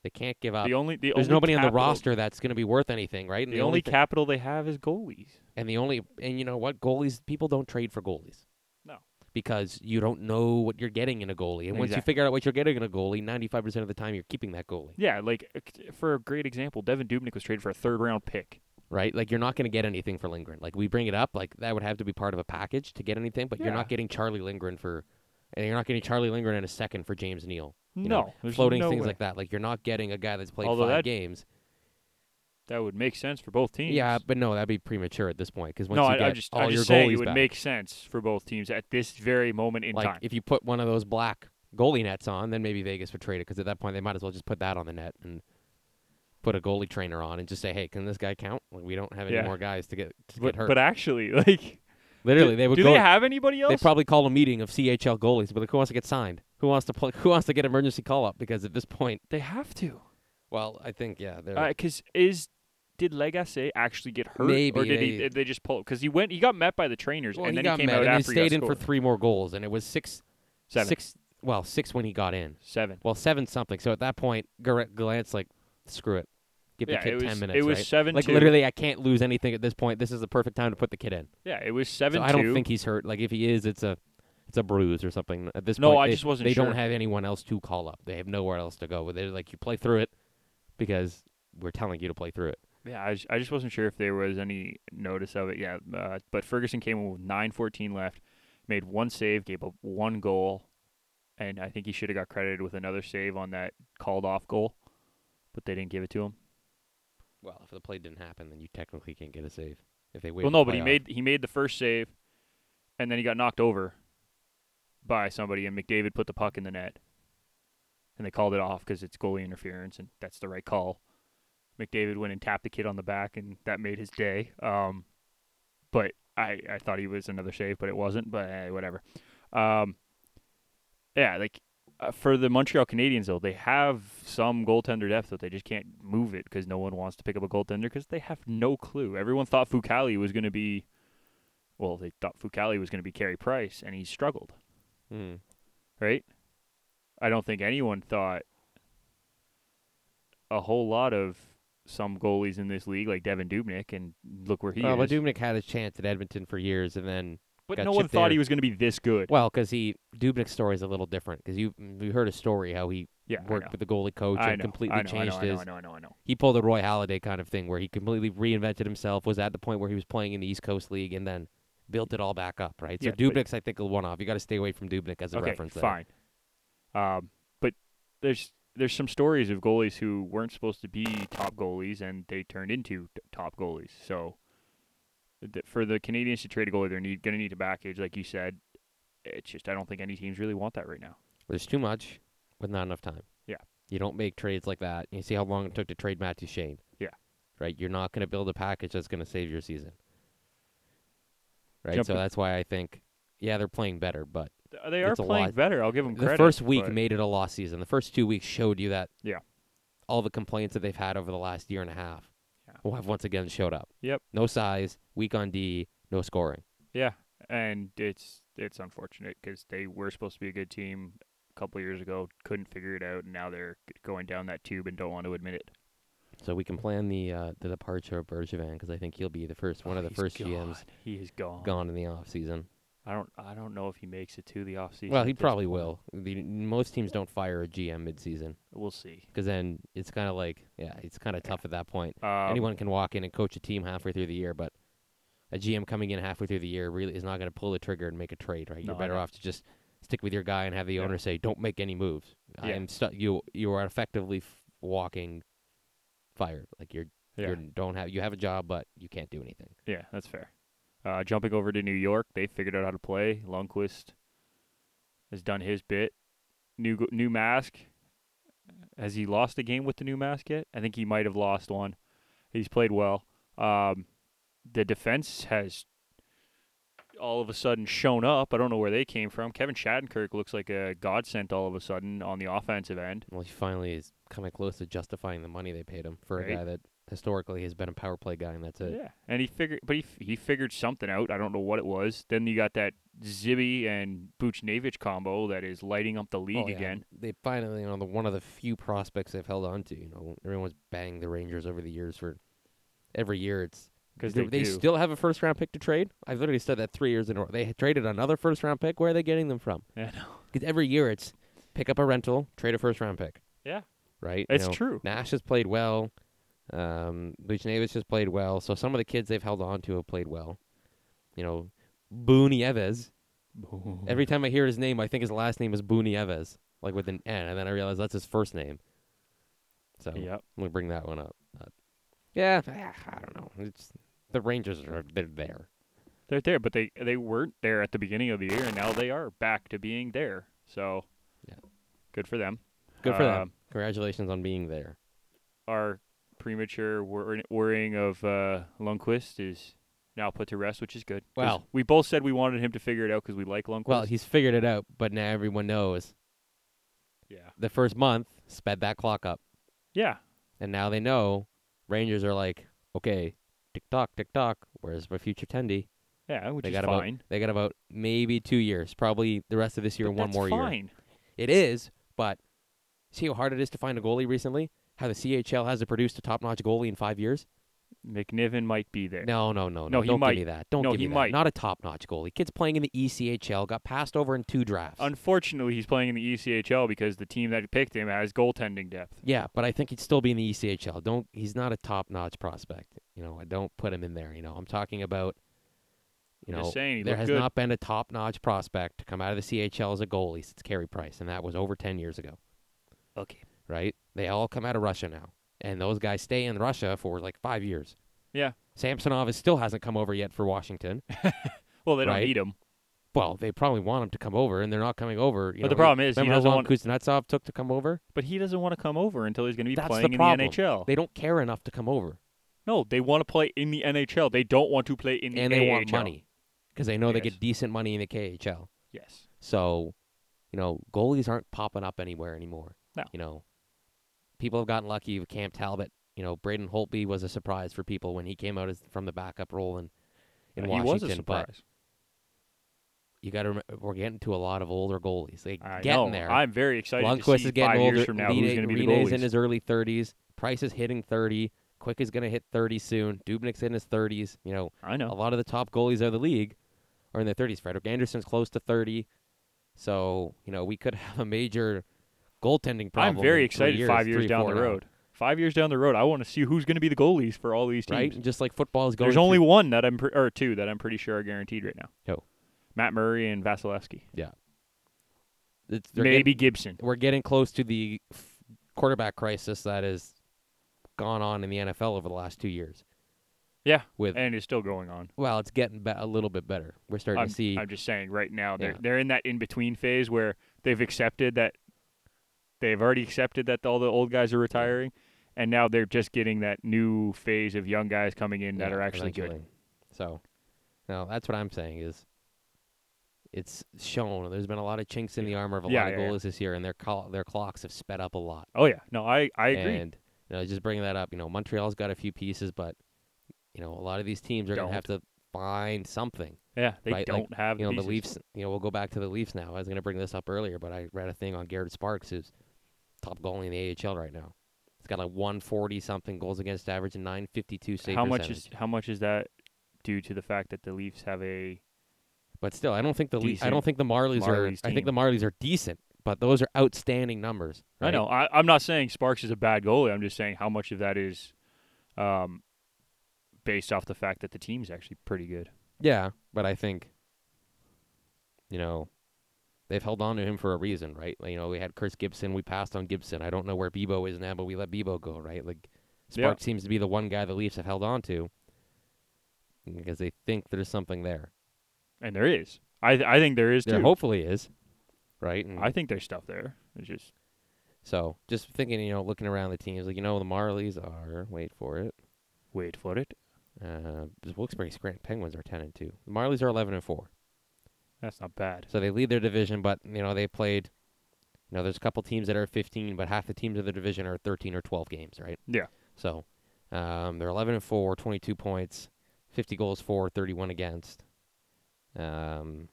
S2: They can't give up.
S1: the only the
S2: There's
S1: only
S2: nobody on the
S1: capital-
S2: roster that's going to be worth anything, right? And
S1: The only
S2: thi-
S1: capital they have is goalies.
S2: And the only and you know what goalies people don't trade for goalies.
S1: No.
S2: Because you don't know what you're getting in a goalie, and once you
S1: Exactly.
S2: figure out what you're getting in a goalie, 95 percent of the time you're keeping that goalie,
S1: Yeah, like for a great example, Devin Dubnik was traded for a third round pick.
S2: right? Like you're not going to get anything for Lindgren. Like we bring it up, like that would have to be part of a package to get anything, but you're
S1: Yeah.
S2: not getting Charlie Lindgren for, and you're not getting Charlie Lindgren in a second for James Neal. You know,
S1: no, there's
S2: Floating
S1: no
S2: things
S1: way.
S2: like that, like you're not getting a guy that's played
S1: Although
S2: five
S1: that
S2: games.
S1: that would make sense for both teams.
S2: Yeah, but no, that'd be premature at this point because once
S1: no,
S2: you
S1: I,
S2: get
S1: I just
S2: all
S1: I
S2: your
S1: just
S2: goalies
S1: saying it would
S2: back,
S1: make sense for both teams at this very moment in
S2: like
S1: time.
S2: if you put one of those black goalie nets on, then maybe Vegas would trade it because at that point they might as well just put that on the net and put a goalie trainer on and just say, hey, can this guy count? Like we don't have any
S1: Yeah.
S2: more guys to get to
S1: but,
S2: get hurt.
S1: but actually, like
S2: Literally,
S1: do-
S2: they would
S1: do
S2: go.
S1: they have anybody else?
S2: they probably call a meeting of CHL goalies, but like, who wants to get signed? Who wants to play? Who wants to get emergency call up? Because at this point,
S1: They have to.
S2: well, I think yeah, they're
S1: Because is did Legacy actually get hurt,
S2: Maybe
S1: or did he?
S2: they-
S1: Did they just pull? Because he went, he got met by the trainers,
S2: well,
S1: and
S2: he
S1: then he,
S2: got
S1: came
S2: mad,
S1: out
S2: and
S1: after he
S2: he
S1: got
S2: stayed in for
S1: scored.
S2: three more goals, and it was six,
S1: seven,
S2: six, well, six when he got in.
S1: seven.
S2: Well, seven something. So at that point, Gar- Glant's like, screw it, give
S1: yeah,
S2: the kid
S1: it was
S2: ten minutes.
S1: it was
S2: right?
S1: seven
S2: Like
S1: two.
S2: literally, I can't lose anything at this point. This is the perfect time to put the kid in.
S1: yeah, it was seven
S2: so I don't
S1: two.
S2: think he's hurt. Like if he is, it's a it's a bruise or something. At this
S1: No,
S2: point,
S1: I
S2: they,
S1: just wasn't
S2: They
S1: sure.
S2: don't have anyone else to call up. They have nowhere else to go. They're like you play through it because we're telling you to play through it.
S1: Yeah, I, ju- I just wasn't sure if there was any notice of it. Yeah, uh, but Ferguson came in with nine fourteen left, made one save, gave up one goal, and I think he should have got credited with another save on that called off goal, but they didn't give it to him.
S2: Well, if the play didn't happen, then you technically can't get a save if they wait.
S1: well,
S2: for the
S1: no, but he
S2: playoff.
S1: made he made the first save, and then he got knocked over by somebody, and McDavid put the puck in the net, and they called it off because it's goalie interference, and that's the right call. McDavid went and tapped the kid on the back, and that made his day. Um, but I I thought he was another save, but it wasn't. But eh, whatever. Um, yeah, like. Uh, for the Montreal Canadiens, though, they have some goaltender depth, but they just can't move it because no one wants to pick up a goaltender because they have no clue. Everyone thought Fucali was going to be, well, they thought Fucali was going to be Carey Price, and he struggled,
S2: Mm.
S1: right? I don't think anyone thought a whole lot of some goalies in this league, like Devin Dubnik, and look where he
S2: Well, but
S1: is.
S2: Dubnik had his chance at Edmonton for years, and then
S1: but
S2: Uh, got
S1: no one
S2: chipped
S1: thought
S2: there.
S1: he was going to be this good.
S2: well, because he Dubnik's story is a little different because you you heard a story how he
S1: yeah, I know.
S2: worked with the goalie coach
S1: I
S2: and
S1: know,
S2: completely
S1: I know, I know,
S2: changed
S1: I know,
S2: his
S1: I know, I know, I know.
S2: he pulled a Roy Halladay kind of thing where he completely reinvented himself, was at the point where he was playing in the East Coast League, and then built it all back up, right?
S1: Yeah,
S2: so
S1: but-
S2: Dubnik's, I think, a one off. You got to stay away from Dubnik as a
S1: okay,
S2: reference. there.
S1: fine. Um, but there's there's some stories of goalies who weren't supposed to be top goalies and they turned into t- top goalies. So th- for the Canadians to trade a goalie, they're need, gonna need a package, like you said. It's just I don't think any teams really want that right now.
S2: There's too much with not enough time.
S1: Yeah.
S2: You don't make trades like that. You see how long it took to trade Matt Duchene.
S1: Yeah.
S2: Right? You're not going to build a package that's going to save your season. Right?
S1: Jump
S2: so
S1: in-
S2: that's why I think, yeah, they're playing better, but
S1: Th- They are
S2: It's a
S1: playing
S2: lot.
S1: better. I'll give them
S2: the
S1: credit.
S2: first week
S1: but-
S2: made it a lost season. The first two weeks showed you that.
S1: Yeah.
S2: All the complaints that they've had over the last year and a half,
S1: Yeah.
S2: will have once again showed up.
S1: Yep.
S2: No size, weak on D, no scoring.
S1: Yeah, and it's it's unfortunate because they were supposed to be a good team a couple years ago, couldn't figure it out, and now they're g- going down that tube and don't want to admit it.
S2: So we can plan the uh, the departure of Bergevin because I think he'll be the first one of the
S1: Oh, He's
S2: first
S1: gone.
S2: GMs
S1: He is gone.
S2: gone in the off season.
S1: I don't I don't know if he makes it to the offseason.
S2: Well,
S1: at
S2: he
S1: this
S2: probably
S1: point.
S2: will. The, most teams don't fire a GM mid season
S1: We'll see.
S2: because then it's kind of like yeah, it's kind of tough at that point.
S1: Um,
S2: Anyone can walk in and coach a team halfway through the year, but a GM coming in halfway through the year really is not going to pull the trigger and make a trade, right?
S1: No,
S2: You're
S1: I
S2: better
S1: know.
S2: off to just stick with your guy and have the
S1: Yeah.
S2: owner say, "Don't make any moves." I
S1: Yeah.
S2: am stu- you you are effectively f- walking fired. Like you're
S1: yeah.
S2: you don't have you have a job, but you can't do anything.
S1: Yeah, that's fair. Uh, jumping over to New York, they figured out how to play. Lundqvist has done his bit. New g- new mask. Has he lost a game with the new mask yet? I think he might have lost one. He's played well. Um, the defense has all of a sudden shown up. I don't know where they came from. Kevin Shattenkirk looks like a godsend all of a sudden on the offensive end.
S2: Well, he finally is coming close to justifying the money they paid him for
S1: Right.
S2: a guy that historically has been a power play guy, and that's it.
S1: Yeah, and he figured, but he f- he figured something out. I don't know what it was. Then you got that Zibby and Buchnevich combo that is lighting up the league
S2: Oh, yeah.
S1: again.
S2: They finally, you know, the one of the few prospects they've held on to. You know, everyone's banged the Rangers over the years for every year. It's
S1: 'Cause
S2: do
S1: they do.
S2: still have a first round pick to trade. I literally said that three years in a row. They had traded another first round pick. Where are they getting them from?
S1: Yeah, no.
S2: Because every year it's pick up a rental, trade a first round pick.
S1: Yeah.
S2: right. You
S1: it's
S2: know,
S1: true.
S2: Nash has played well. Um, Buchnevich has played well. So some of the kids they've held on to have played well. You know, Boone Eves.
S1: Mm-hmm.
S2: Every time I hear his name, I think his last name is Boone Eves, like with an N, and then I realize that's his first name. So I'm
S1: Yep.
S2: gonna bring that one up. But yeah, I I don't know. It's the Rangers are they're there.
S1: They're there, but they they weren't there at the beginning of the year, and now they are back to being there. So,
S2: Yeah.
S1: good for them.
S2: Good for
S1: Um,
S2: them. Congratulations on being there.
S1: Our premature wor- worrying of uh, Lundqvist is now put to rest, which is good. 'cause
S2: Well-
S1: we both said we wanted him to figure it out because we like Lundqvist.
S2: Well, he's figured it out, but now everyone knows
S1: yeah,
S2: the first month sped that clock up.
S1: yeah.
S2: And now they know Rangers are like, okay, tick tock, tick tock, where's my future Tendy?
S1: Yeah, which
S2: They
S1: is
S2: got about-
S1: fine.
S2: They got about maybe two years, probably the rest of this year,
S1: But
S2: and one
S1: that's
S2: more year.
S1: fine.
S2: It is, but see how hard it is to find a goalie recently? How the CHL hasn't produced a top notch goalie in five years?
S1: McNiven might be there.
S2: No, no, no, no.
S1: Eh. No, he
S2: Don't
S1: might.
S2: give me that. Don't
S1: No,
S2: give
S1: he
S2: me
S1: might.
S2: that. Not a top notch goalie. Kid's playing in the E ECHL, got passed over in two drafts.
S1: Unfortunately, he's playing in the E ECHL because the team that picked him has goaltending depth.
S2: yeah, but I think he'd still be in the E ECHL. Don't he's not a top notch prospect. You know, I don't put him in there, you know. I'm talking about you
S1: I'm
S2: know
S1: just saying he
S2: there
S1: looked
S2: has
S1: good.
S2: not been a top notch prospect to come out of the CHL as a goalie since Carey Price, and that was over ten years ago.
S1: okay.
S2: right? They all come out of Russia now, and those guys stay in Russia for like five years.
S1: Yeah.
S2: Samsonov is still hasn't come over yet for Washington.
S1: Well, they don't
S2: Right?
S1: need him.
S2: Well, they probably want him to come over, and they're not coming over. You
S1: But the
S2: know,
S1: problem is he
S2: remember how
S1: doesn't
S2: long
S1: want-
S2: Kuznetsov took to come over?
S1: But he doesn't want to come over until he's going to be
S2: That's the
S1: playing in
S2: problem.
S1: the NHL.
S2: They don't care enough to come over,
S1: no, they want to play in the NHL. They don't want to play in the
S2: and they want
S1: AHL.
S2: money because they know they
S1: Yes.
S2: get decent money in the KHL.
S1: Yes.
S2: So, you know, goalies aren't popping up anywhere anymore.
S1: No.
S2: You know, people have gotten lucky with Cam Talbot. You know, Braden Holtby was a surprise for people when he came out as, from the backup role in, in
S1: Uh, he
S2: Washington.
S1: was a
S2: But
S1: surprise.
S2: you got to remember, we're getting to a lot of older goalies. They
S1: I
S2: getting
S1: know.
S2: there.
S1: I'm very excited to
S2: Lundqvist
S1: see
S2: is getting
S1: five
S2: older.
S1: years from now who's
S2: Rene-
S1: going to be the
S2: Rene's
S1: goalies.
S2: in his early 30s. Price is hitting 30. Quick is going to hit 30 soon. Dubnik's in his 30s. You know,
S1: I
S2: a
S1: know.
S2: lot of the top goalies of the league are in their 30s. Frederick Anderson's close to 30. So, you know, we could have a major goaltending problem.
S1: I'm very
S2: in three
S1: excited
S2: years,
S1: five years
S2: three,
S1: down
S2: four
S1: the
S2: now,
S1: road. Five years down the road, I want to see who's going to be the goalies for all these teams.
S2: Right? And Just like football is going
S1: There's only
S2: through-
S1: one that I'm pre- or two that I'm pretty sure are guaranteed right now.
S2: Who?
S1: Matt Murray and Vasilevsky.
S2: it's, they're
S1: Maybe
S2: getting-
S1: Gibson.
S2: we're getting close to the f- quarterback crisis that has gone on in the NFL over the last two years.
S1: Yeah,
S2: With
S1: and it's still going on.
S2: well, it's getting be- a little bit better. We're starting
S1: I'm,
S2: to see
S1: I'm just saying right now they're
S2: Yeah.
S1: they're in that in between phase where they've accepted that they've already accepted that all the old guys are retiring, and now they're just getting that new phase of young guys coming in that
S2: Yeah,
S1: are actually good.
S2: eventually. So, no, that's what I'm saying is it's shown. There's been a lot of chinks in the armor of a
S1: Yeah,
S2: lot of
S1: yeah, yeah.
S2: goalies this year, and their col- their clocks have sped up a lot.
S1: Oh yeah, no, I I agree.
S2: And you know, just bringing that up, you know, Montreal's got a few pieces, but you know, a lot of these teams are going to have to find something.
S1: Yeah, they
S2: Right,
S1: don't
S2: like,
S1: have
S2: You know, the
S1: pieces.
S2: Leafs. You know, we'll go back to the Leafs now. I was going to bring this up earlier, but I read a thing on Garrett Sparks, who's top goalie in the AHL right now. He's got like 140 something goals against average and 952 save
S1: How much
S2: percentage.
S1: is how much is that due to the fact that the Leafs have a
S2: But still, I don't think the Le- I
S1: decent
S2: don't think the Marlies,
S1: Marlies
S2: are. I
S1: team.
S2: think the Marlies are decent, but those are outstanding numbers.
S1: I
S2: right?
S1: know. I, I'm not saying Sparks is a bad goalie. I'm just saying how much of that is um, based off the fact that the team's actually pretty good.
S2: Yeah, but I think, you know, they've held on to him for a reason, right? Like, you know, we had Chris Gibson, we passed on Gibson. I don't know where Bebo is now, but we let Bebo go, right? Like,
S1: Yeah.
S2: Spark seems to be the one guy the Leafs have held on to because they think there's something there.
S1: And there is. I th- I think there is
S2: There
S1: too.
S2: hopefully is, right? And
S1: I think there's stuff there. It's just
S2: so just thinking, you know, looking around the teams, like, you know, the Marlies are, wait for it,
S1: wait for it.
S2: uh, the Wilkes-Barre Scranton Penguins are 10 and 2. The Marlies are 11 and 4.
S1: That's not bad.
S2: So they lead their division, but you know they played. You know, there's a couple teams that are 15, but half the teams of the division are 13 or 12 games, right?
S1: Yeah.
S2: So um, they're 11 and four, 22 points, 50 goals for, 31 against. Um,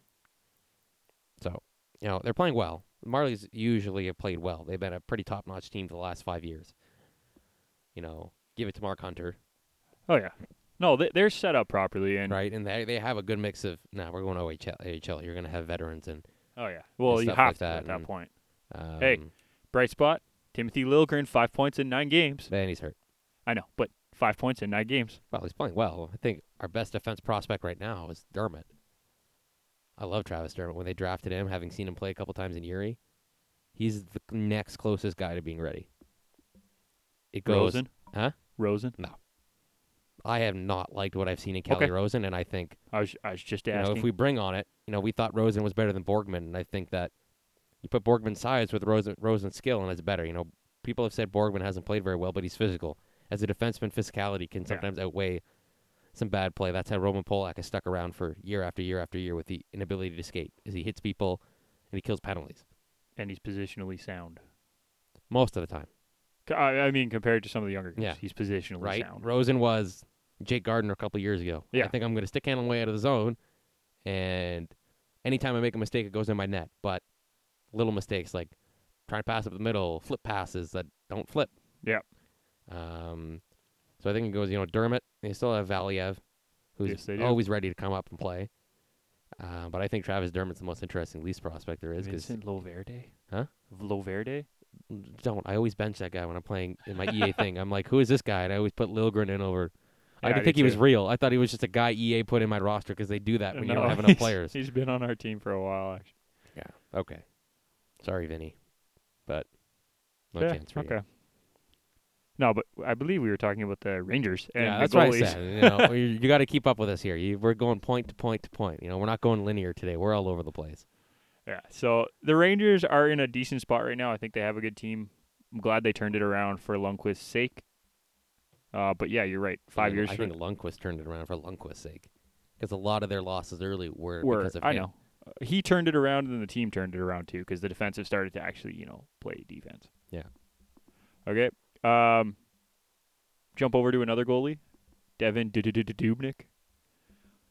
S2: so you know they're playing well. The Marlies usually have played well. They've been a pretty top-notch team for the last five years. You know, give it to Mark Hunter,
S1: Oh yeah. No, they, they're set up properly and
S2: right? And they they have a good mix of. Now we're going OHL. AHL. You're going to have veterans and.
S1: oh yeah. Well, you
S2: stuff
S1: have
S2: like
S1: to
S2: that,
S1: at that
S2: and-
S1: point.
S2: Um,
S1: Hey. Bright spot. Timothy Lilgren, five points in nine games.
S2: Then he's hurt.
S1: I know, but five points in nine games.
S2: Well, he's playing well. I think our best defense prospect right now is Dermott. I love Travis Dermott. When they drafted him, having seen him play a couple times in Erie, he's the next closest guy to being ready. It goes.
S1: Rosen.
S2: Huh?
S1: Rosen.
S2: I have not liked what I've seen in Kelly
S1: Okay.
S2: Rosen, and I think
S1: I was I was just
S2: you know,
S1: asking.
S2: if we bring on it, you know, we thought Rosen was better than Borgman, and I think that you put Borgman's size with Rosen Rosen's skill, and it's better. You know, people have said Borgman hasn't played very well, but he's physical. As a defenseman, physicality can
S1: Yeah.
S2: sometimes outweigh some bad play. That's how Roman Polak has stuck around for year after year after year with the inability to skate, is he hits people and he kills penalties
S1: and he's positionally sound.
S2: most of the time.
S1: C- I, I mean, compared to some of the younger guys,
S2: Yeah.
S1: he's positionally
S2: right?
S1: sound.
S2: Rosen was Jake Gardner a couple years ago. I
S1: Yeah.
S2: think I'm going to stick Hanlon way out of the zone, and anytime I make a mistake, it goes in my net. But little mistakes like trying to pass up the middle, flip passes that don't flip.
S1: Yeah.
S2: Um, so I think it goes. You know, Dermott. They still have Valiev, who's
S1: Yes, they do.
S2: always ready to come up and play. Uh, but I think Travis Dermott's the most interesting least prospect there is because
S1: Vincent Loverde?
S2: Huh?
S1: Loverde?
S2: don't I always bench that guy when I'm playing in my EA thing. I'm like, who is this guy? And I always put Lilgren in over. I
S1: Yeah, I
S2: didn't
S1: do
S2: think he was
S1: too.
S2: real. I thought he was just a guy EA put in my roster because they do that when you don't have enough
S1: Uh, he's-
S2: players.
S1: He's been on our team for a while, actually.
S2: Yeah. Okay. Sorry, Vinny, but no
S1: yeah,
S2: chance for you.
S1: okay. No, but I believe we were talking about the Rangers and
S2: yeah,
S1: the
S2: that's what
S1: goalies.
S2: I said. You, know, you, got to keep up with us here. You, we're going point to point to point. You know, we're not going linear today. We're all over the place.
S1: Yeah. So the Rangers are in a decent spot right now. I think they have a good team. I'm glad they turned it around for Lundqvist's sake. Uh, but yeah, you're right. Five
S2: I
S1: years
S2: I
S1: from
S2: think Lundqvist turned it around for Lundqvist's sake because a lot of their losses early were,
S1: where
S2: because of
S1: I
S2: him.
S1: know Uh, he turned it around, and then the team turned it around too, because the defensive started to actually, you know, play defense.
S2: Yeah.
S1: Okay. Um. Jump over to another goalie, Devin Du- Du- Du- Du- Dubnik.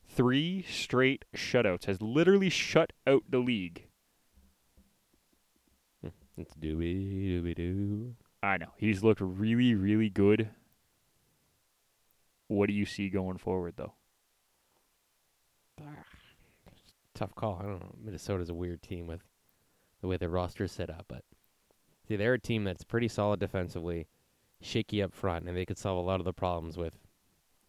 S1: Three straight shutouts has literally shut out the league.
S2: It's dooby dooby doo.
S1: I know he's looked really, really good. What do you see going forward, though?
S2: tough call. I don't know. Minnesota's a weird team with the way their roster is set up, but see, they're a team that's pretty solid defensively, shaky up front, and they could solve a lot of the problems with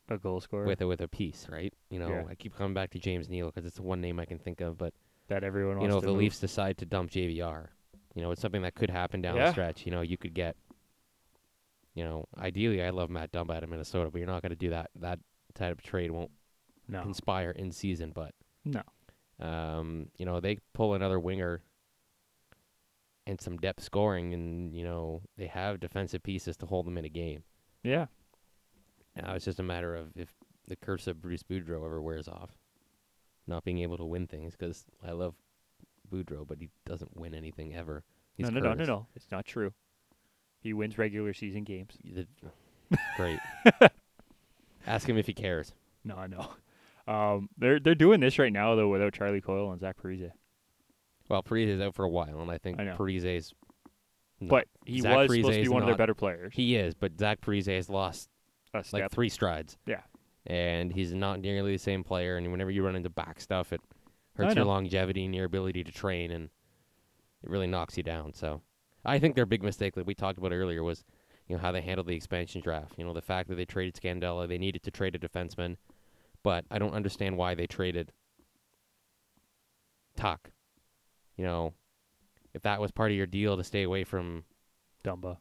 S1: A goal scorer
S2: with a, with a piece, right? You know,
S1: Yeah.
S2: I keep coming back to James Neal because it's the one name I can think of, but
S1: that everyone wants
S2: you know, if
S1: to
S2: the
S1: move.
S2: Leafs decide to dump JVR, you know, it's something that could happen down
S1: Yeah.
S2: the stretch. You know, you could get, you know, ideally, I love Matt Dumba out of Minnesota, but you're not going to do that. That type of trade won't
S1: No.
S2: conspire in season, but
S1: No.
S2: um, you know they pull another winger and some depth scoring, and you know they have defensive pieces to hold them in a game.
S1: Yeah.
S2: Now it's just a matter of if the curse of Bruce Boudreau ever wears off, not being able to win things. Because I love Boudreau, but he doesn't win anything ever. He's
S1: no, no, no, no,
S2: cursed.
S1: no. It's not true. He wins regular season games.
S2: The- great. Ask him if he cares.
S1: No, I know. Um, they're they're doing this right now though without Charlie Coyle and Zach Parise.
S2: Well, Parise is out for a while, and I think
S1: I know.
S2: Parise's. No.
S1: But he
S2: Zach
S1: was
S2: Parise
S1: supposed to be
S2: is
S1: one of their
S2: not-
S1: better players.
S2: he is, but Zach Parise has lost
S1: A
S2: like
S1: step.
S2: three strides.
S1: Yeah.
S2: And he's not nearly the same player. And whenever you run into back stuff, it
S1: I
S2: hurts your
S1: know.
S2: longevity and your ability to train, and it really knocks you down. So I think their big mistake that we talked about earlier was, you know, how they handled the expansion draft. You know, the fact that they traded Scandella, they needed to trade a defenseman, but I don't understand why they traded Tuck. You know, if that was part of your deal to stay away from
S1: Dumba.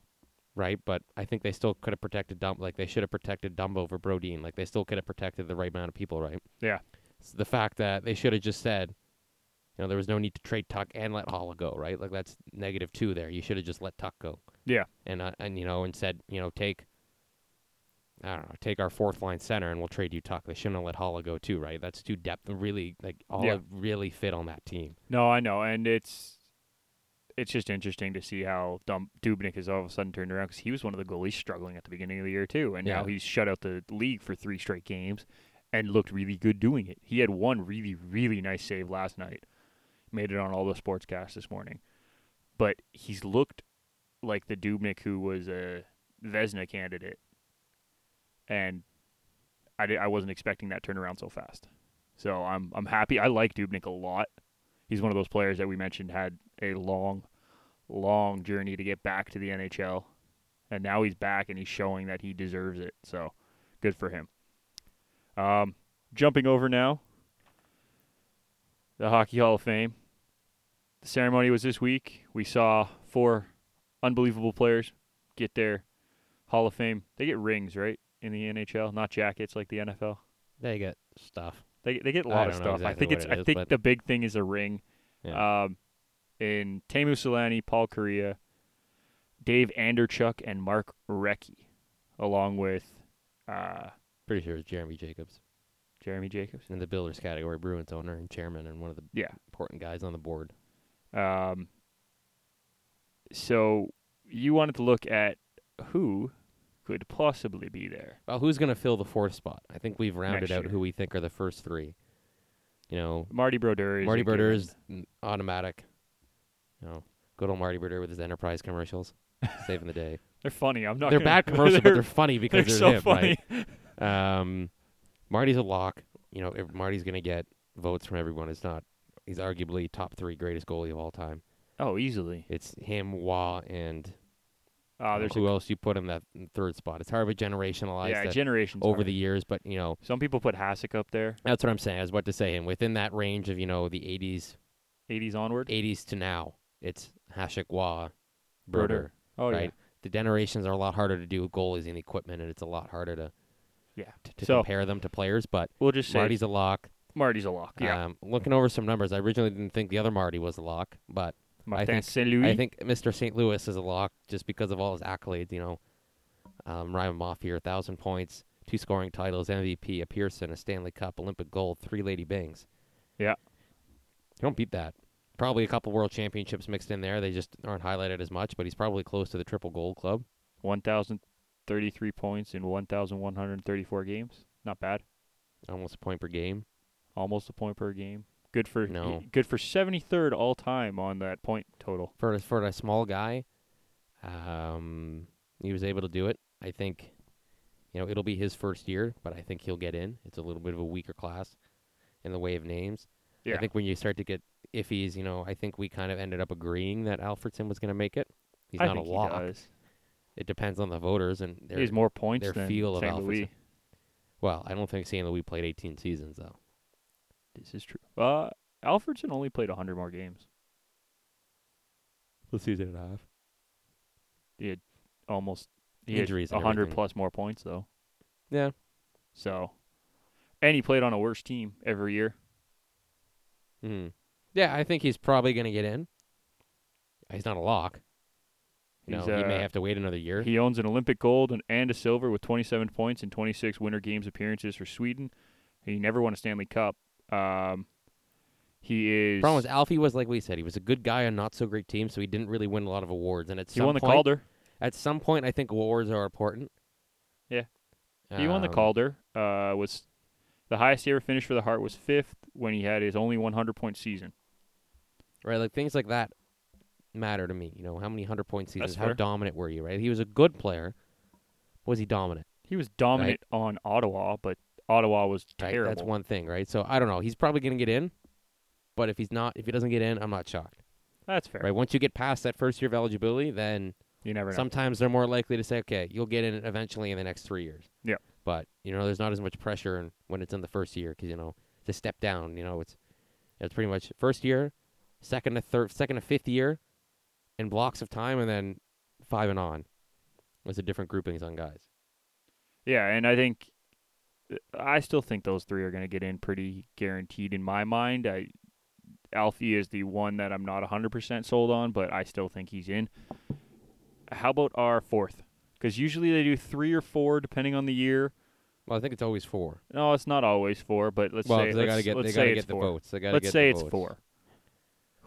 S2: right? But I think they still could have protected Dumb. Like they should have protected Dumbo over Brodeen. Like they still could have protected the right amount of people, right?
S1: Yeah.
S2: S- the fact that they should have just said, you know, there was no need to trade Tuck and let Holla go, right? Like that's negative two there. You should have just let Tuck go.
S1: Yeah.
S2: And uh, and you know and said you know take. I don't know. Take our fourth line center, and we'll trade you Tuck. They shouldn't have let Holla go too, right? That's too depth. Really, like Holla
S1: Yeah.
S2: really fit on that team.
S1: No, I know, and it's it's just interesting to see how Dum- Dubnik has all of a sudden turned around because he was one of the goalies struggling at the beginning of the year too, and now
S2: Yeah.
S1: he's shut out the league for three straight games and looked really good doing it. He had one really really nice save last night, made it on all the sportscasts this morning, but he's looked like the Dubnik who was a Vesna candidate, and I di- I wasn't expecting that turnaround so fast. So I'm I'm happy. I like Dubnik a lot he's one of those players that we mentioned had a long, long journey to get back to the NHL, and now he's back and he's showing that he deserves it. So, good for him. Um, jumping over now, the Hockey Hall of Fame. The ceremony was this week. We saw four unbelievable players get their Hall of Fame. They get rings, right, in the NHL, not jackets like the NFL.
S2: They get stuff.
S1: They they get a
S2: I
S1: lot of
S2: don't
S1: stuff.
S2: know
S1: I
S2: exactly
S1: think
S2: what
S1: it's
S2: it
S1: I
S2: is,
S1: think
S2: but-
S1: the big thing is a ring. Um, in Tamu Solani, Paul Correa, Dave Anderchuk, and Mark Recchi, along with uh,
S2: Pretty sure it's Jeremy Jacobs
S1: Jeremy Jacobs.
S2: in the Builders category, Bruins owner and chairman, and one of the
S1: Yeah.
S2: important guys on the board.
S1: Um, so you wanted to look at who could possibly be there.
S2: Well, who's going to fill the fourth spot? I think we've rounded
S1: Next
S2: out
S1: year.
S2: who we think are the first three. You know,
S1: Marty Brodeur is
S2: Marty
S1: a given.
S2: Berder is n- automatic. You know, good old Marty Berder with his enterprise commercials, saving the day.
S1: They're funny. I'm not.
S2: they're
S1: gonna,
S2: bad commercials, but
S1: they're,
S2: they're funny because
S1: they're
S2: they're,
S1: so
S2: him,
S1: funny.
S2: right? Um, Marty's a lock. You know, if Marty's going to get votes from everyone. It's not. He's arguably top three greatest goalie of all time.
S1: Oh, easily.
S2: It's him, Wah, and
S1: Uh,
S2: know,
S1: there's
S2: who
S1: a,
S2: else you put in that third spot. It's hard to generationalize
S1: yeah,
S2: that
S1: generations
S2: over
S1: hard.
S2: the years, but you know
S1: Some people put Hasek up there,
S2: that's what I'm saying. I was about to say, and within that range of you know the 80s,
S1: 80s onward.
S2: 80s to now, it's Hashik Wah,
S1: Broder.
S2: Broder,
S1: Oh yeah.
S2: right? The generations are a lot harder to do with goalies and equipment, and it's a lot harder to
S1: Yeah.
S2: to, to
S1: So-
S2: compare them to players. But
S1: We'll just say
S2: Marty's a lock.
S1: Marty's a lock. Yeah.
S2: Um, looking over some numbers, I originally didn't think the other Marty was a lock, but I
S1: Martin
S2: think-
S1: Saint Louis.
S2: I think Mr. St. Louis is a lock just because of all his accolades. You know, um, Ryan off here, thousand points, two scoring titles, MVP, a Pearson, a Stanley Cup, Olympic gold, three Lady Bings.
S1: Yeah.
S2: you don't beat that. Probably a couple World Championships mixed in there. They just aren't highlighted as much, but he's probably close to the triple gold club.
S1: 1,033 points in 1,134 games. Not bad.
S2: Almost a point per game.
S1: Almost a point per game. Good for
S2: No.
S1: good for 73rd all time on that point total.
S2: for a, for a small guy, um, he was able to do it. I think, you know, it'll be his first year, but I think he'll get in. It's a little bit of a weaker class in the way of names.
S1: Yeah.
S2: I think when you start to get iffies, you know, I think we kind of ended up agreeing that Alfredson was going to make it. He's
S1: I
S2: not
S1: think
S2: a lock.
S1: He does.
S2: It depends on the voters and
S1: He
S2: their
S1: has more points
S2: their
S1: than
S2: feel of
S1: Saint
S2: Alfredson.
S1: Louis.
S2: Well, I don't think San Louis played 18 seasons though.
S1: This is true. Uh, Alfredson only played 100 more games.
S2: The season and a half.
S1: Almost he had
S2: Injuries and
S1: 100
S2: everything.
S1: plus more points though.
S2: Yeah.
S1: So, and he played on a worse team every year.
S2: Hmm. Yeah, I think he's probably going to get in. He's not a lock. You know,
S1: He's,
S2: he may
S1: uh,
S2: have to wait another year.
S1: He owns an Olympic gold and, and a silver with 27 points and 26 Winter Games appearances for Sweden. He never won a Stanley Cup. Um, he is.
S2: problem was Alfie was like we said, he was a good guy on not so great team, so he didn't really win a lot of awards. And at
S1: he
S2: some
S1: won the
S2: point,
S1: Calder.
S2: at some point, I think awards are important.
S1: Yeah. He won the
S2: Um,
S1: Calder. Uh, was The highest he ever finished for the Heart was fifth when he had his only 100 point season.
S2: right? Like things like that matter to me. You know, how many hundred point seasons?
S1: That's
S2: how
S1: fair.
S2: dominant were you? Right? He was a good player. Was he dominant?
S1: He was dominant on Ottawa, but Ottawa was
S2: Right?
S1: terrible.
S2: That's one thing, right? So I don't know. He's probably gonna get in, but if he's not, if he doesn't get in, I'm not shocked.
S1: That's fair.
S2: Right? Once you get past that first year of eligibility, then
S1: You never know.
S2: sometimes they're more likely to say, okay, you'll get in eventually in the next three years.
S1: Yeah.
S2: But you know, there's not as much pressure in, when it's in the first year because you know it's a step down. You know, it's it's pretty much first year, second to third, second to fifth year, in blocks of time, and then five and on. Was the different groupings on guys.
S1: Yeah, and I think I still think those three are going to get in pretty guaranteed in my mind. I Alfie is the one that I'm not 100% sold on, but I still think he's in. How about our fourth? Because usually they do three or four depending on the year.
S2: Well, I think it's always four.
S1: No, it's not always four, but let's
S2: well,
S1: say
S2: 'cause they
S1: let's,
S2: gotta get
S1: let's
S2: they
S1: say
S2: gotta
S1: it's
S2: get the
S1: four.
S2: votes. They gotta
S1: let's
S2: get
S1: say
S2: the
S1: it's
S2: votes.
S1: four.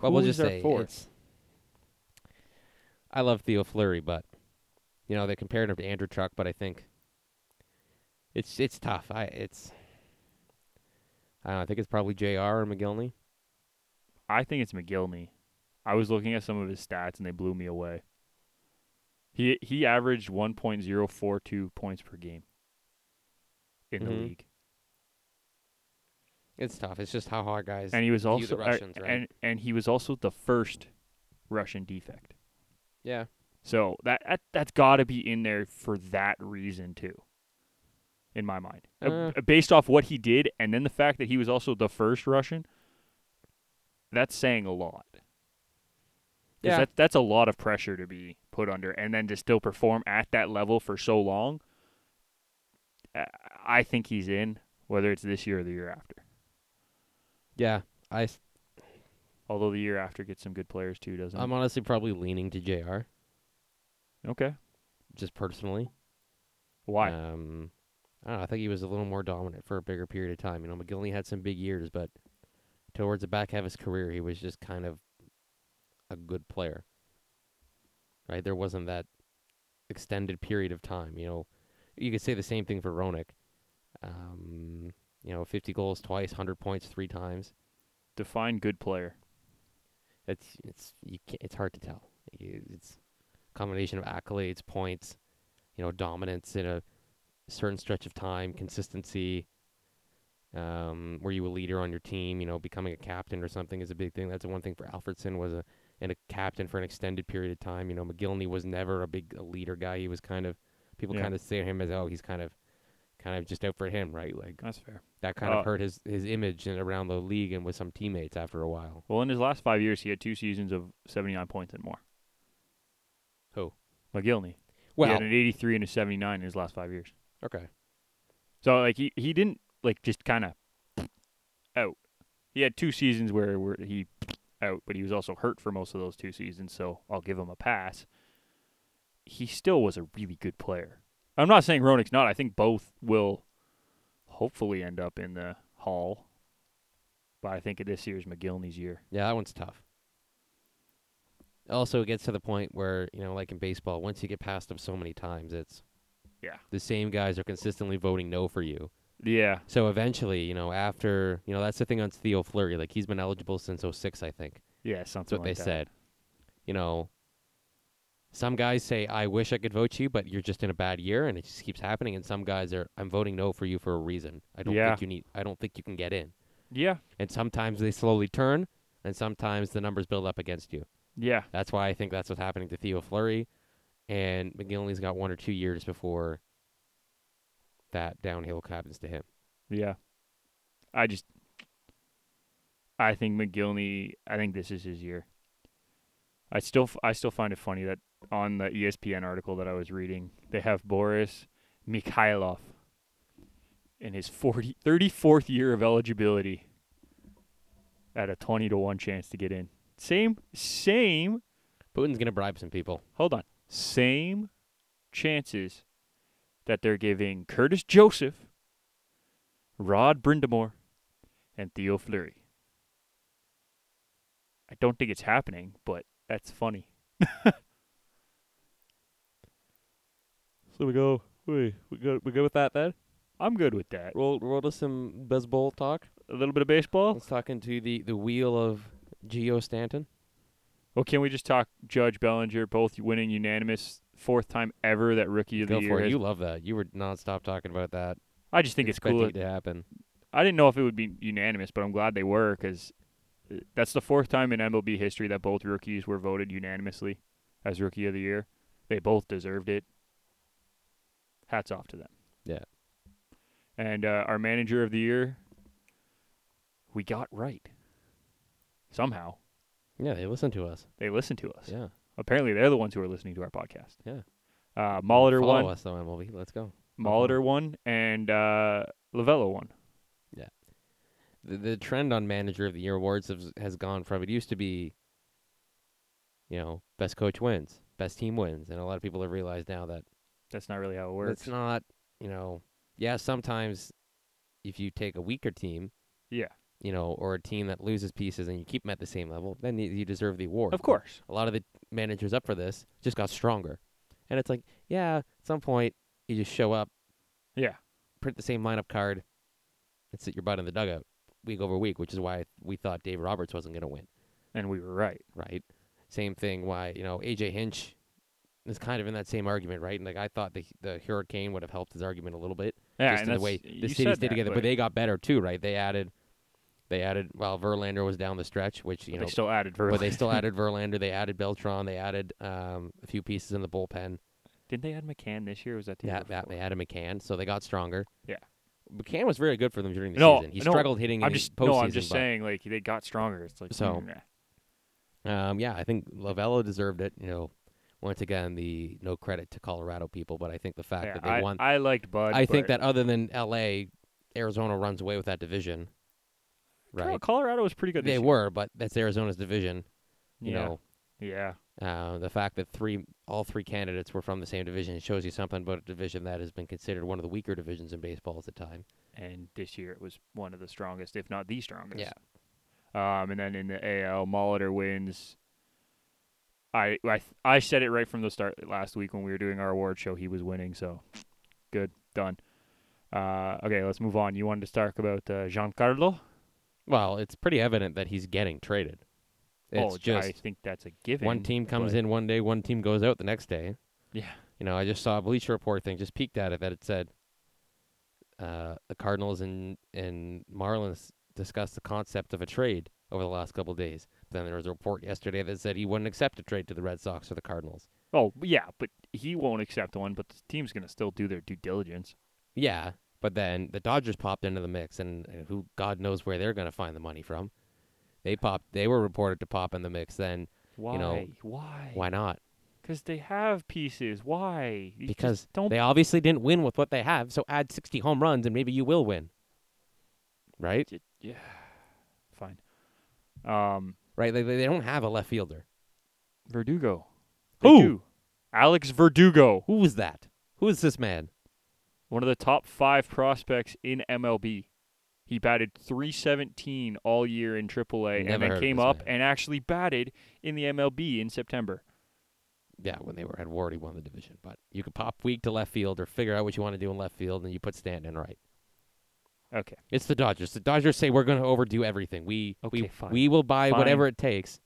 S2: But we'll
S1: Who's
S2: just
S1: our
S2: say
S1: fourth?
S2: it's. I love Theo Fleury, but you know they compared him to Andrew Truck, but I think it's it's tough. I it's I don't know, I think it's probably Jr. or McGillney.
S1: I think it's McGillney. I was looking at some of his stats and they blew me away. He he averaged 1.042 points per game in the
S2: Mhm.
S1: league.
S2: It's tough. It's just how hard guys.
S1: and he was
S2: view
S1: also
S2: the
S1: uh,
S2: Russians, right?
S1: and and he was also the first Russian defect.
S2: yeah,
S1: So that, that that's got to be in there for that reason too. In my mind, Uh,
S2: Uh.
S1: b- based off what he did, and then the fact that he was also the first Russian, that's saying a lot. 'Cause
S2: yeah.
S1: that- that's a lot of pressure to be put under, and then to still perform at that level for so long. Uh, I think he's in, whether it's this year or the year after.
S2: yeah. I s-
S1: Although the year after gets some good players too, doesn't
S2: I'm honestly probably leaning to Jr.
S1: it? Okay.
S2: Just personally.
S1: Why?
S2: Um, I don't know. I think he was a little more dominant for a bigger period of time. You know, McGillney had some big years, but towards the back half of his career, he was just kind of a good player. Right? There wasn't that extended period of time. You know, you could say the same thing for Ronick. Um, you know, 50 goals twice, 100 points three times.
S1: Define good player.
S2: It's it's you can't, it's hard to tell. You- It's combination of accolades, points, you know, dominance in a certain stretch of time, consistency. Um, were you a leader on your team? You know, becoming a captain or something is a big thing. That's the one thing for Alfredson was a and a captain for an extended period of time. You know, McGillney was never a big a leader guy. He was kind of people
S1: Yeah.
S2: kind of say him as oh he's kind of kind of just out for him, right? Like
S1: That's fair.
S2: that kind
S1: Uh,
S2: of hurt his his image and around the league and with some teammates after a while.
S1: Well, in his last five years, he had two seasons of 79 points and more.
S2: Who?
S1: McGillney. he
S2: Well,
S1: had an 83 and a 79 in his last five years.
S2: okay.
S1: So like he, he didn't like just kind of out. He had two seasons where, where he out, but he was also hurt for most of those two seasons. So I'll give him a pass. He still was a really good player. I'm not saying Ronick's not. I think both will hopefully end up in the hall. But I think this year's McGillney's year.
S2: Yeah, that one's tough. Also, it gets to the point where you know, like in baseball, once you get past them so many times, it's
S1: Yeah.
S2: the same guys are consistently voting no for you.
S1: Yeah.
S2: So eventually, you know, after you know, that's the thing on Theo Fleury. Like he's been eligible since 06, I think.
S1: Yeah,
S2: That's
S1: something
S2: what
S1: like
S2: they
S1: that.
S2: said. You know, some guys say, "I wish I could vote you," but you're just in a bad year, and it just keeps happening. And some guys are, "I'm voting no for you for a reason. I don't
S1: Yeah.
S2: think you need. I don't think you can get in."
S1: Yeah,
S2: And sometimes they slowly turn, and sometimes the numbers build up against you.
S1: yeah,
S2: That's why I think that's what's happening to Theo Fleury. And McGillney's got one or two years before that downhill happens to him.
S1: yeah. I just, I think McGillney. I think this is his year. I still, f- I still find it funny that on the E ESPN article that I was reading, they have Boris Mikhailov in his 40, 34th year of eligibility at a twenty to one chance to get in. Same, same.
S2: Putin's gonna bribe some people.
S1: Hold on. Same chances that they're giving Curtis Joseph, Rod Brindamore, and Theo Fleury. I don't think it's happening, but that's funny.
S2: So we go we we go we go with that then?
S1: I'm good with that.
S2: Roll, roll to some baseball talk.
S1: A little bit of baseball.
S2: Let's talk into the, the wheel of Geo Stanton.
S1: Well, can we just talk Judge Bellinger both winning unanimous fourth time ever that rookie of the
S2: Go
S1: year?
S2: for it.
S1: has-
S2: You love that. You were nonstop talking about that.
S1: I just think it's
S2: expecting
S1: cool.
S2: it to happen.
S1: I didn't know if it would be unanimous, but I'm glad they were because that's the fourth time in MLB history that both rookies were voted unanimously as rookie of the year. They both deserved it. Hats off to them.
S2: Yeah.
S1: And uh, our manager of the year, we got right. Somehow
S2: Yeah, they listen to us.
S1: they listened to us.
S2: Yeah.
S1: Apparently, they're the ones who are listening to our podcast.
S2: Yeah.
S1: Uh, Molitor
S2: Follow
S1: won.
S2: us though, MLB. Let's go.
S1: Molitor won, and uh, Lavello won.
S2: the, the trend on manager of the year awards has, has gone from it used to be you know best coach wins best team wins and a lot of people have realized now that
S1: That's not really how it works.
S2: it's not you know yeah sometimes if you take a weaker team
S1: Yeah.
S2: you know or a team that loses pieces and you keep them at the same level then you, you deserve the award
S1: Of
S2: But
S1: course.
S2: a lot of the managers up for this just got stronger and it's like yeah at some point you just show up
S1: Yeah.
S2: print the same lineup card and sit your butt in the dugout week over week, which is why we thought Dave Roberts wasn't going to win,
S1: And we were right.
S2: right? Same thing why, you know, AJ Hinch is kind of in that same argument, right? And like I thought the the Hurricane would have helped his argument a little bit
S1: Yeah,
S2: just
S1: and
S2: in the
S1: that's-
S2: way
S1: you
S2: the
S1: said
S2: cities
S1: that,
S2: stayed together, but, they got better too, right? They added they added well Verlander was down the stretch, which you
S1: but
S2: know
S1: they still added Verlander.
S2: but they still added Verlander, they added Beltron, they added um, a few pieces in the bullpen.
S1: Didn't they add McCann this year? or Was that the
S2: Yeah,
S1: year
S2: yeah,
S1: before?
S2: they added McCann, so they got stronger.
S1: Yeah.
S2: McCann was very good for them during the
S1: No,
S2: season. He
S1: no,
S2: struggled hitting.
S1: I'm
S2: in
S1: just
S2: the postseason,
S1: no. I'm just
S2: but,
S1: saying like they got stronger. It's like
S2: So-
S1: mm,
S2: Um, yeah, I think Lavello deserved it. You know, once again, the no credit to Colorado people, but I think the fact
S1: yeah,
S2: that they
S1: I,
S2: won.
S1: I liked Bud.
S2: I think
S1: but
S2: that other than L.A., Arizona runs away with that division.
S1: Col-
S2: Right?
S1: Colorado was pretty good.
S2: They
S1: this
S2: were, but that's Arizona's division. You
S1: Year. Yeah.
S2: know,
S1: Yeah.
S2: uh, the fact that three, all three candidates were from the same division shows you something about a division that has been considered one of the weaker divisions in baseball at the time.
S1: And this year it was one of the strongest, if not the strongest.
S2: Yeah.
S1: Um, and then in the AL, Molitor wins. I I th- I said it right from the start last week when we were doing our award show. He was winning, so good done. Uh, okay, let's move on. You wanted to talk about uh, Giancarlo?
S2: Well, it's pretty evident that he's getting traded. It's
S1: oh,
S2: just
S1: I think that's a given.
S2: one team comes
S1: but-
S2: in one day, one team goes out the next day.
S1: Yeah.
S2: You know, I just saw a Bleacher Report thing, just peeked at it that it said uh, the Cardinals and and Marlins discussed the concept of a trade over the last couple of days. Then there was a report yesterday that said he wouldn't accept a trade to the Red Sox or the Cardinals.
S1: Oh yeah, but he won't accept one. But the team's gonna still do their due diligence.
S2: Yeah, but then the Dodgers popped into the mix, and uh, who God knows where they're going to find the money from. They popped. They were reported to pop in the mix. Then
S1: Why?
S2: know,
S1: Why?
S2: why not?
S1: Because they have pieces. Why? You just
S2: Because
S1: don't.
S2: they obviously didn't win with what they have. So add sixty home runs, and maybe you will win. Right.
S1: J- yeah. Fine. Um,
S2: right? They, they don't have a left fielder.
S1: Verdugo. They
S2: Who?
S1: do. Alex Verdugo,
S2: Who is that? Who is this man?
S1: one of the top five prospects in MLB. He batted 317 all year in AAA and
S2: Never heard
S1: then
S2: of
S1: came
S2: this
S1: up
S2: man.
S1: and actually batted in the MLB in September.
S2: Yeah, when they were at War, he won the division. But you could pop weak to left field or figure out what you want to do in left field, and you put Stanton in right.
S1: Okay.
S2: It's the Dodgers. The Dodgers say we're going to overdo everything. We we
S1: Okay, fine.
S2: we will buy
S1: Fine.
S2: whatever it takes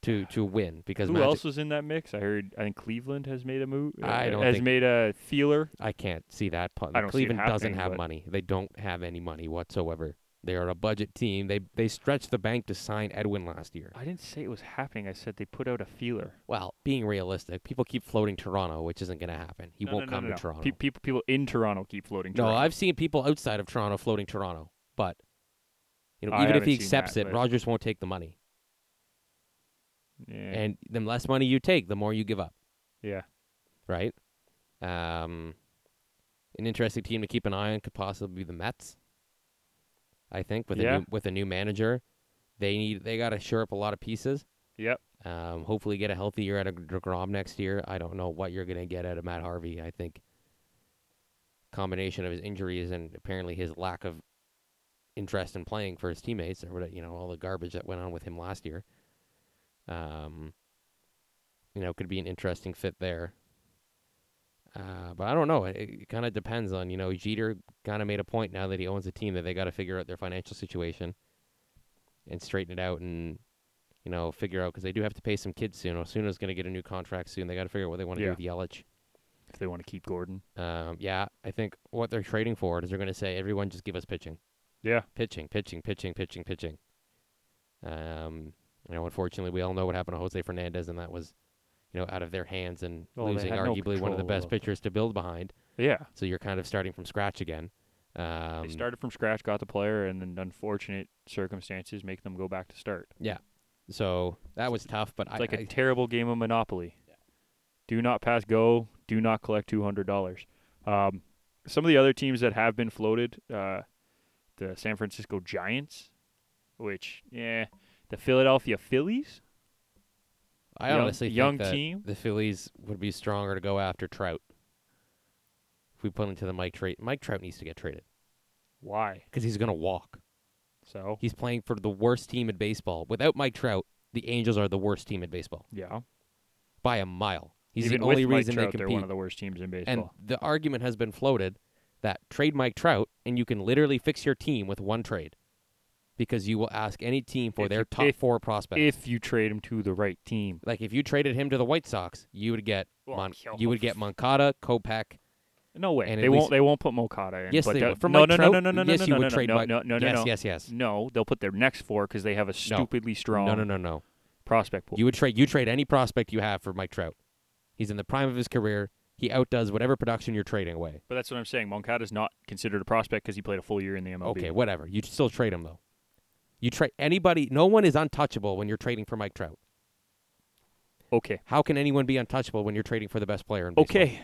S2: to to win because
S1: Who
S2: Magic-
S1: else was in that mix? I heard. I think Cleveland has made a move. uh,
S2: I don't
S1: has
S2: think-
S1: made a feeler.
S2: I can't see that. Po-
S1: I don't see it
S2: Cleveland doesn't
S1: happening,
S2: have
S1: but-
S2: money. They don't have any money whatsoever. They are a budget team. They they stretched the bank to sign Edwin last year.
S1: I didn't say it was happening. I said they put out a feeler.
S2: Well, being realistic, people keep floating Toronto, which isn't going to happen. He
S1: No, no,
S2: won't
S1: no,
S2: come
S1: no,
S2: to
S1: no.
S2: Toronto.
S1: Pe- people, people in Toronto keep floating.
S2: no,
S1: Toronto.
S2: I've seen people outside of Toronto floating Toronto, but you know,
S1: I
S2: even if
S1: haven't
S2: he
S1: seen
S2: accepts
S1: that,
S2: it,
S1: but-
S2: Rogers won't take the money.
S1: Yeah.
S2: And the less money you take, the more you give up,
S1: yeah.
S2: right? Um, an interesting team to keep an eye on could possibly be the Mets. I think with a
S1: Yeah.
S2: new, with a new manager, they need they got to shore up a lot of pieces.
S1: Yep.
S2: Um, hopefully get a healthy year out of Degrom next year. I don't know what you're gonna get out of Matt Harvey. I think combination of his injuries and apparently his lack of interest in playing for his teammates or what you know all the garbage that went on with him last year. Um, you know, could be an interesting fit there. Uh, but I don't know. It, it kind of depends on you know Jeter kind of made a point now that he owns a team that they got to figure out their financial situation and straighten it out and you know figure out because they do have to pay some kids soon. Osuna's going to get a new contract soon. They got to figure out what they want to
S1: Yeah.
S2: do with Yelich.
S1: if they want to keep Gordon.
S2: Um, yeah, I think what they're trading for is they're going to say everyone just give us pitching,
S1: Yeah.
S2: pitching, pitching, pitching, pitching, pitching. Um, you know, unfortunately, we all know what happened to Jose Fernandez, and that was, you know, out of their hands and
S1: Oh, they
S2: losing
S1: had no
S2: arguably one of the
S1: control
S2: best
S1: of-
S2: pitchers to build behind.
S1: Yeah.
S2: So you're kind of starting from scratch again. Um,
S1: they started from scratch, got the player, and then unfortunate circumstances make them go back to start.
S2: So that was tough, but I,
S1: It's like a
S2: I-
S1: terrible game of Monopoly. Do not pass go. Do not collect two hundred dollars. Um, some of the other teams that have been floated, uh, the San Francisco Giants, which yeah, the Philadelphia Phillies,
S2: I
S1: young-
S2: honestly
S1: young
S2: think that
S1: team.
S2: the Phillies would be stronger to go after Trout. If we put into the Mike Trout, Mike Trout needs to get traded
S1: Why?
S2: because he's going to walk.
S1: So
S2: He's playing for the worst team in baseball. Without Mike Trout, the Angels are the worst team in baseball
S1: yeah,
S2: by a mile. He's
S1: even
S2: the only
S1: with Mike
S2: reason
S1: Trout,
S2: they
S1: they're
S2: compete.
S1: one of the worst teams in
S2: and
S1: baseball.
S2: the argument has been floated that trade Mike Trout and you can literally fix your team with one trade because you will ask any team for
S1: If
S2: their
S1: you-
S2: top
S1: if-
S2: four prospects.
S1: if you trade him to the right team,
S2: like if you traded him to the White Sox, you would get
S1: Well,
S2: Mon-
S1: hell.
S2: you would get Moncada, Kopech.
S1: no way
S2: and at
S1: they won't.
S2: least-
S1: They won't put Mokata in.
S2: Yes,
S1: but
S2: they
S1: that-
S2: would. From
S1: no,
S2: Mike
S1: no,
S2: Trout,
S1: no, no, no, no,
S2: yes,
S1: no,
S2: you
S1: no,
S2: would
S1: no,
S2: trade
S1: no,
S2: Mike.
S1: no, no, no,
S2: yes,
S1: no.
S2: yes, yes.
S1: No, they'll put their next four because they have a stupidly strong
S2: No, no, no, no.
S1: prospect pool.
S2: You would trade you trade any prospect you have for Mike Trout. He's in the prime of his career. He outdoes whatever production you're trading away.
S1: but that's what I'm saying. Moncada's not considered a prospect because he played a full year in the MLB.
S2: Okay, whatever. You still trade him though. You trade anybody. No one is untouchable when you're trading for Mike Trout.
S1: Okay.
S2: How can anyone be untouchable when you're trading for the best player in baseball?
S1: Okay.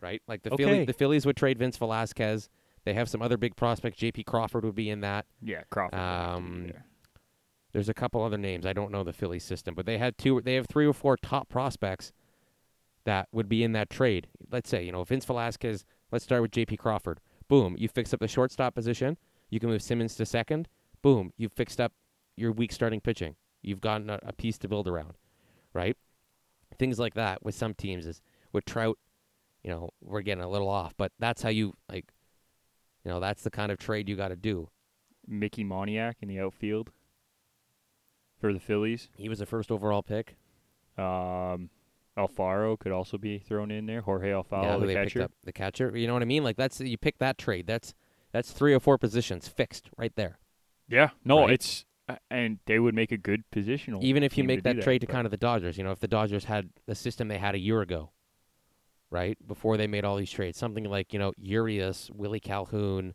S2: right? Like the
S1: Okay.
S2: Phillies, the Phillies would trade Vince Velasquez. They have some other big prospects. J.P. Crawford would be in that.
S1: Yeah, Crawford. would have to be
S2: Um,
S1: there.
S2: There's a couple other names. I don't know the Philly system, but they had two. They have three or four top prospects that would be in that trade. Let's say you know Vince Velasquez. Let's start with J.P. Crawford. Boom, you fix up the shortstop position. You can move Simmons to second. Boom, you've fixed up your weak starting pitching. You've gotten a, a piece to build around, right? Things like that with some teams is with Trout. You know we're getting a little off, but that's how you like. You know that's the kind of trade you got to do.
S1: Mickey Moniak in the outfield for the Phillies.
S2: He was the first overall pick.
S1: Um, Alfaro could also be thrown in there. Jorge Alfaro,
S2: yeah, who
S1: the
S2: they
S1: catcher.
S2: picked up the catcher. You know what I mean? Like that's you pick that trade. That's that's three or four positions fixed right there.
S1: Yeah. No,
S2: Right.
S1: it's uh, and they would make a good positional.
S2: Even if you
S1: team
S2: make
S1: to do
S2: that trade to
S1: but-
S2: kind of the Dodgers, you know, if the Dodgers had the system they had a year ago, right before they made all these trades, something like you know Urias, Willie Calhoun,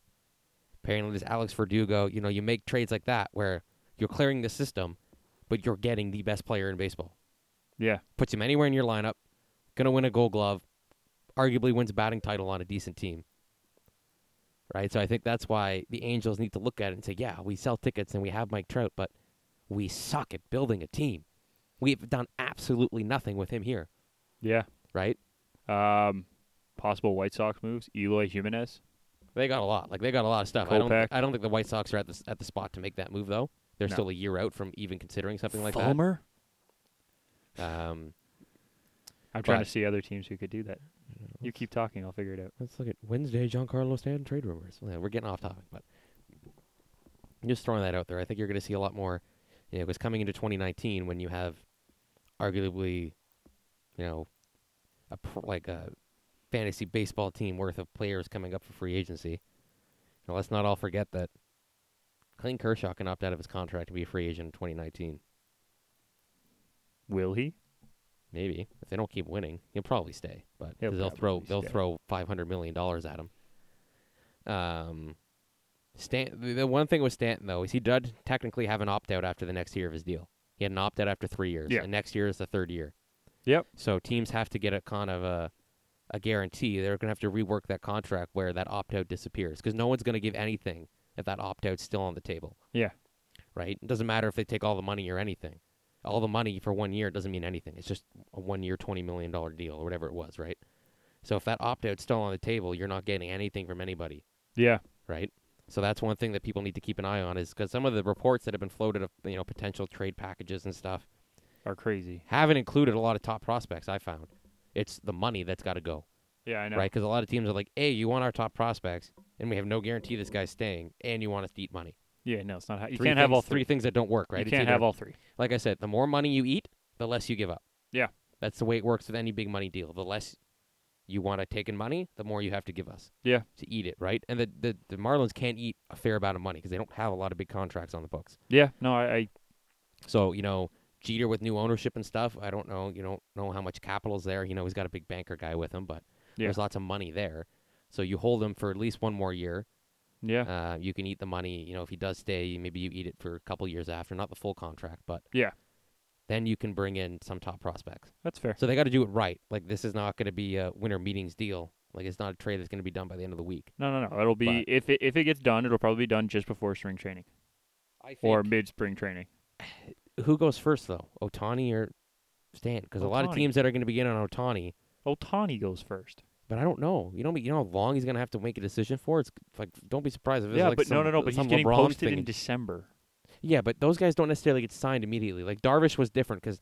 S2: apparently this Alex Verdugo. You know, you make trades like that where you're clearing the system, but you're getting the best player in baseball.
S1: Yeah.
S2: Puts him anywhere in your lineup. Gonna win a Gold Glove. Arguably wins batting title on a decent team. Right, so I think that's why the Angels need to look at it and say, "Yeah, we sell tickets and we have Mike Trout, but we suck at building a team. We've done absolutely nothing with him here,
S1: Yeah.
S2: right?
S1: Um, possible White Sox moves. Eloy Jimenez.
S2: They got a lot. Like they got a lot of stuff. I
S1: Kopech.
S2: don't. I don't think the White Sox are at the s- at the spot to make that move though. They're
S1: No.
S2: still a year out from even considering something like
S1: Fulmer.
S2: that. Um,
S1: I'm trying
S2: But-
S1: to see other teams who could do that. You keep talking. I'll figure it out.
S2: Let's look at Wednesday, Giancarlo Stanton trade rumors. Yeah, we're getting off topic, but I'm just throwing that out there. I think you're going to see a lot more. You know, because coming into 2019, when you have arguably, you know, a pr- like a fantasy baseball team worth of players coming up for free agency. Now, let's not all forget that Clayton Kershaw can opt out of his contract to be a free agent in 2019.
S1: Will he?
S2: Maybe if they don't keep winning, he'll probably stay. But
S1: He'll
S2: 'cause they'll throw
S1: probably
S2: they'll
S1: stay.
S2: throw five hundred million dollars at him. Um, Stan. The, the one thing with Stanton though is he did technically have an opt out after the next year of his deal. He had an opt out after three years,
S1: Yeah.
S2: and next year is the third year.
S1: Yep.
S2: So teams have to get a kind of a a guarantee. They're gonna have to rework that contract where that opt out disappears because no one's gonna give anything if that opt out's still on the table.
S1: Yeah.
S2: Right. It doesn't matter if they take all the money or anything all the money for one year doesn't mean anything. It's just a one year, $20 million deal or whatever it was, right? So if that opt out's still on the table, you're not getting anything from anybody,
S1: Yeah.
S2: right? So that's one thing that people need to keep an eye on is because some of the reports that have been floated of you know potential trade packages and stuff
S1: Are crazy.
S2: haven't included a lot of top prospects. I found it's the money that's got to go.
S1: Yeah, I know.
S2: right? Because a lot of teams are like, "Hey, you want our top prospects, and we have no guarantee this guy's staying, and you want us to eat money."
S1: Yeah, no, it's not. How, you
S2: Three
S1: can't have
S2: things-
S1: all
S2: three
S1: three.
S2: things that don't work, right?
S1: You
S2: It's
S1: can't
S2: either-
S1: have all three.
S2: like I said, the more money you eat, the less you give up.
S1: Yeah.
S2: That's the way it works with any big money deal. The less you want to take in money, the more you have to give us.
S1: Yeah.
S2: To eat it, right? And the the, the Marlins can't eat a fair amount of money because they don't have a lot of big contracts on the books.
S1: Yeah, no, I, I
S2: So, you know, Jeter with new ownership and stuff, I don't know, you don't know how much capital's there. You know, he's got a big banker guy with him, but
S1: Yeah.
S2: there's lots of money there. So you hold him for at least one more year.
S1: yeah,
S2: Uh, you can eat the money. You know, if he does stay, maybe you eat it for a couple years after, not the full contract, but
S1: Yeah.
S2: Then you can bring in some top prospects.
S1: that's fair.
S2: So they got to do it right. Like this is not going to be a winter meetings deal. Like it's not a trade that's going to be done by the end of the week.
S1: No, no, no. It'll be
S2: But-
S1: if it, if it gets done, it'll probably be done just before spring training
S2: I think.
S1: or mid spring training.
S2: who goes first though, Otani or Stan? Because a lot of
S1: Ohtani.
S2: teams that are going to begin on Otani,
S1: Otani goes first.
S2: but I don't know. You know, you know how long he's going to have to make a decision for. It's like don't be surprised if it's
S1: yeah,
S2: like
S1: but no,
S2: some-
S1: no, no. But he's
S2: some
S1: getting
S2: LeBron
S1: posted
S2: thing
S1: in December.
S2: Yeah, but those guys don't necessarily get signed immediately. Like Darvish was different because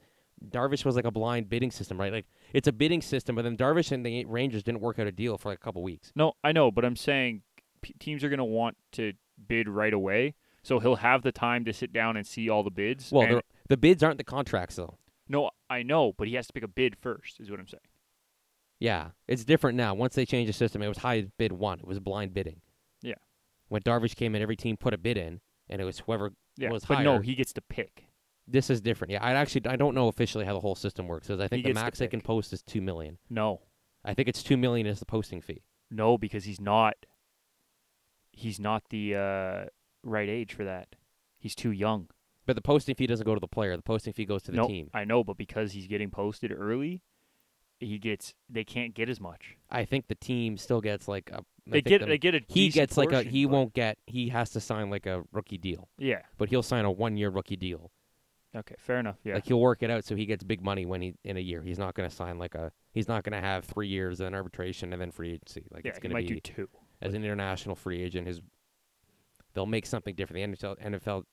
S2: Darvish was like a blind bidding system, right? Like it's a bidding system, but then Darvish and the Rangers didn't work out a deal for like a couple weeks.
S1: No, I know, but I'm saying p- teams are going to want to bid right away, so he'll have the time to sit down and see all the bids.
S2: Well,
S1: and-
S2: they're- the bids aren't the contracts though.
S1: no, I know, but he has to pick a bid first. Is what I'm saying.
S2: Yeah, it's different now. Once they changed the system, it was high bid one. It was blind bidding.
S1: Yeah.
S2: When Darvish came in, every team put a bid in, and it was whoever.
S1: Yeah,
S2: was
S1: but no,
S2: higher.
S1: he gets to pick.
S2: This is different. Yeah, I actually I don't know officially how the whole system works. 'cause I think the
S1: gets to
S2: max they can
S1: pick.
S2: post is two million.
S1: No,
S2: I think it's two million is the posting fee.
S1: no, because he's not. He's not the uh, right age for that. He's too young.
S2: But the posting fee doesn't go to the player. The posting fee goes to the
S1: no,
S2: team.
S1: I know, but because he's getting posted early, he gets. They can't get as much.
S2: I think the team still gets like a. I
S1: They
S2: think
S1: get.
S2: the-
S1: they get a.
S2: he
S1: decent
S2: gets like a.
S1: portion,
S2: He
S1: but-
S2: won't get. He has to sign like a rookie deal,
S1: Yeah.
S2: but he'll sign a one-year rookie deal.
S1: Okay. Fair enough. Yeah.
S2: Like he'll work it out so he gets big money when he in a year. He's not going to sign like a. He's not going to have three years then arbitration and then free agency. Like
S1: yeah.
S2: it's
S1: He
S2: going to
S1: might
S2: be
S1: do two.
S2: as an international free agent. His they'll make something different. The NFL, NFL,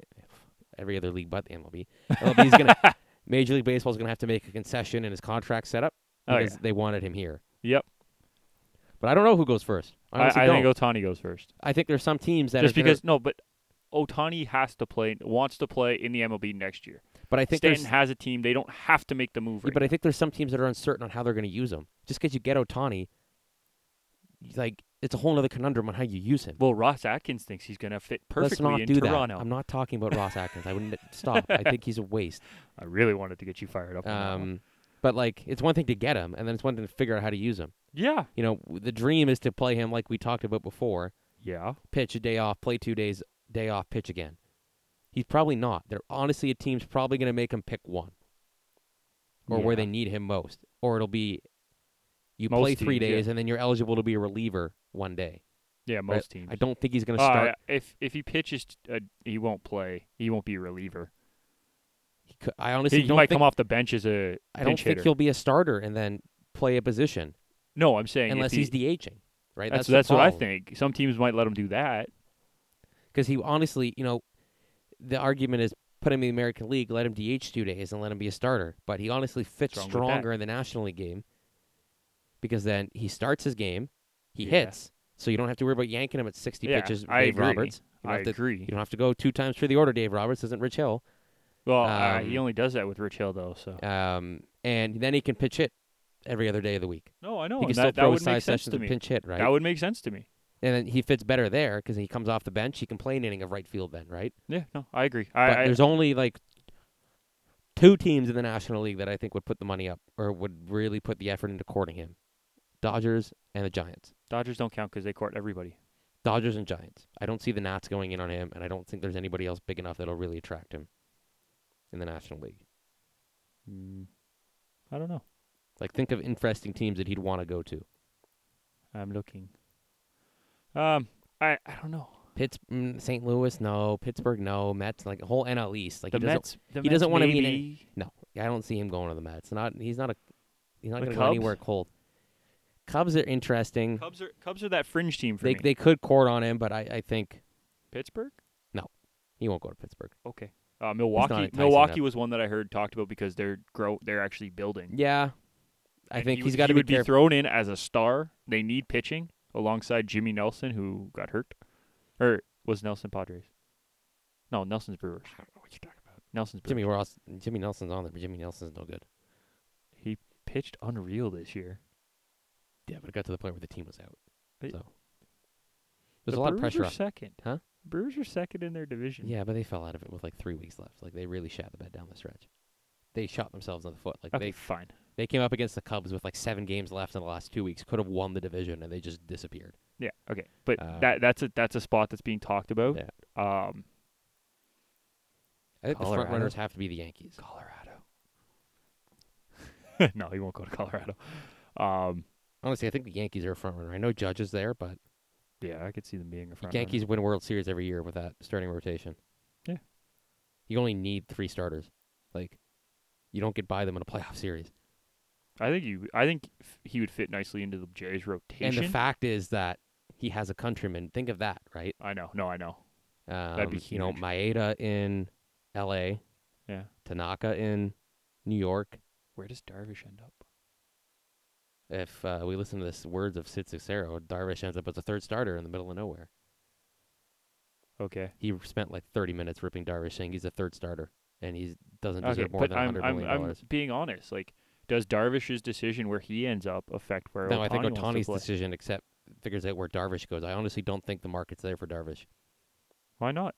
S2: every other league but the MLB. MLB is going to Major League Baseball is going to have to make a concession in his contract setup
S1: Oh,
S2: because
S1: yeah.
S2: they wanted him here.
S1: Yep.
S2: But I don't know who goes first.
S1: I,
S2: honestly
S1: I
S2: don't.
S1: think Otani goes first.
S2: I think there's some teams that
S1: Just
S2: are gonna-
S1: because no, but Otani has to play. Wants to play in the MLB next year.
S2: but I think
S1: Stanton
S2: there's,
S1: has a team. They don't have to make the move.
S2: yeah,
S1: Right
S2: but I think there's some teams that are uncertain on how they're going to use him. Just because you get Otani, like it's a whole other conundrum on how you use him.
S1: now. well, Ross Atkins thinks he's going to fit
S2: Let's
S1: perfectly
S2: not
S1: in
S2: do
S1: Toronto.
S2: that. I'm not talking about Ross Atkins. I wouldn't stop. I think he's a waste.
S1: I really wanted to get you fired up. on that one.
S2: Um, but like it's one thing to get him, and then it's one thing to figure out how to use him.
S1: yeah.
S2: You know, w- the dream is to play him like we talked about before:
S1: Yeah.
S2: pitch a day off, play two days, day off, pitch again. He's probably not. They're honestly a team's probably going to make him pick one. or where
S1: Yeah.
S2: they need him most, or it'll be you
S1: Most
S2: play three
S1: teams, yeah.
S2: days and then you're eligible to be a reliever one day.
S1: Yeah,
S2: right?
S1: most teams.
S2: I don't think he's going to
S1: Uh,
S2: start.
S1: if if he pitches, uh, he won't play. He won't be a reliever.
S2: He cou- I
S1: He,
S2: honestly
S1: he
S2: don't
S1: might
S2: think
S1: come off the bench as a
S2: I don't
S1: pinch
S2: think
S1: hitter.
S2: he'll be a starter and then play a position
S1: no, I'm saying if
S2: unless
S1: he-
S2: he's DHing. Right?
S1: That's
S2: the
S1: that's, what I
S2: problem.
S1: think. Some teams might let him do that.
S2: because he honestly, you know, the argument is put him in the American League, let him DH two days, and let him be a starter. But he honestly
S1: What's
S2: fits
S1: wrong with that?
S2: stronger in the National League game because then he starts his game, he
S1: Yeah.
S2: hits, so you don't have to worry about yanking him at sixty
S1: Yeah,
S2: pitches. With
S1: I
S2: Dave
S1: agree.
S2: Roberts, you don't,
S1: I
S2: have to,
S1: agree.
S2: you don't have to go two times through the order. Dave Roberts isn't Rich Hill,
S1: Well, uh, he
S2: um,
S1: only does that with Rich Hill though. So
S2: um, and then he can pitch hit every other day of the week.
S1: no, I know. Oh,
S2: he
S1: and
S2: can still
S1: that, that
S2: throw
S1: would
S2: his
S1: make
S2: size
S1: sense
S2: sessions
S1: to
S2: and
S1: me.
S2: pinch hit, right?
S1: That would make sense to me.
S2: and then he fits better there because he comes off the bench. He can play an inning of right field then, right?
S1: Yeah, no, I agree. I,
S2: but
S1: I
S2: there's only like two teams in the National League that I think would put the money up or would really put the effort into courting him: Dodgers and the Giants.
S1: Dodgers don't count because they court everybody.
S2: Dodgers and Giants. I don't see the Nats going in on him, and I don't think there's anybody else big enough that'll really attract him in the National League.
S1: Mm, I don't know.
S2: Like, think of interesting teams that he'd want to go to.
S1: I'm looking. Um, I I don't know.
S2: Pitts, mm, St. Louis, no. Pittsburgh, no. Mets, like the whole NL East. Like
S1: the
S2: he doesn't.
S1: Mets. The
S2: he
S1: Mets
S2: doesn't wanna be in
S1: maybe.
S2: I don't see him going to the Mets. Not. He's not a. He's not
S1: The
S2: going to go anywhere
S1: Cubs?
S2: cold. Cubs are interesting.
S1: Cubs are Cubs are that fringe team for
S2: they
S1: me.
S2: they could court on him, but I, I think
S1: Pittsburgh.
S2: He won't go to Pittsburgh.
S1: Okay. Uh, Milwaukee.
S2: enticing
S1: Milwaukee
S2: enough.
S1: was one that I heard talked about because they're grow. They're actually building.
S2: Yeah, I
S1: And
S2: think
S1: he,
S2: he's
S1: w-
S2: got to
S1: he
S2: be
S1: would be
S2: careful.
S1: thrown in as a star. They need pitching alongside Jimmy Nelson, who got hurt, or was Nelson Padres? No, Nelson's Brewers.
S2: I don't know what you're talking about.
S1: Nelson's Brewers.
S2: Jimmy Ross, Jimmy Nelson's on there, but Jimmy Nelson's no good.
S1: He pitched unreal this year.
S2: Yeah, but it got to the point where the team was out.
S1: They-
S2: so there's
S1: the
S2: a lot
S1: Brewers
S2: of pressure.
S1: Are
S2: On,
S1: second,
S2: Huh?
S1: Brewers are second in their division.
S2: yeah, but they fell out of it with like three weeks left. Like they really shot the bed down the stretch. They shot themselves in the foot. Like
S1: Okay,
S2: they
S1: fine.
S2: they came up against the Cubs with like seven games left in the last two weeks. Could have won the division and they just disappeared.
S1: Yeah. Okay. But
S2: Uh,
S1: that that's a that's a spot that's being talked about.
S2: Yeah.
S1: Um,
S2: I think the front
S1: Colorado?
S2: runners have to be the Yankees.
S1: Colorado. no, he won't go to Colorado. Um,
S2: Honestly, I think the Yankees are a front runner. I know Judge is there, but
S1: yeah, I could see them being a
S2: the
S1: front. runner.
S2: Yankees win World Series every year with that starting rotation.
S1: Yeah.
S2: You only need three starters. Like you don't get by them in a playoff series.
S1: I think you. I think f- he would fit nicely into the Jays rotation.
S2: And the fact is that he has a countryman. Think of that, right?
S1: I know. No, I know.
S2: Um,
S1: be
S2: You know,
S1: huge.
S2: Maeda in L.A.,
S1: Yeah.
S2: Tanaka in New York.
S1: Where does Darvish end up?
S2: If uh, we listen to this words of Sid Cicero, Darvish ends up as a third starter in the middle of nowhere.
S1: Okay.
S2: He spent like 30 minutes ripping Darvish, saying he's a third starter, and he doesn't deserve
S1: okay,
S2: more
S1: but
S2: than
S1: I'm
S2: 100
S1: I'm,
S2: million
S1: I'm
S2: dollars.
S1: being honest. Like, does Darvish's decision where he ends up affect where
S2: No, I think
S1: Ohtani wants
S2: Otani's
S1: to play?
S2: decision except figures out where Darvish goes. I honestly don't think the market's there for Darvish
S1: Why not?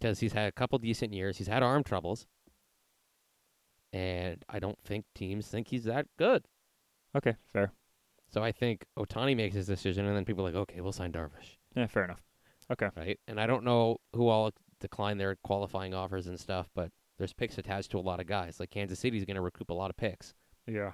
S2: because he's had a couple decent years. He's had arm troubles, and I don't think teams think he's that good.
S1: Okay, fair.
S2: So I think Otani makes his decision, and then people are like, okay, we'll sign Darvish,
S1: Yeah, fair enough. Okay.
S2: right? And I don't know who all declined their qualifying offers and stuff, but there's picks attached to a lot of guys. Like Kansas City's going to recoup a lot of picks
S1: Yeah.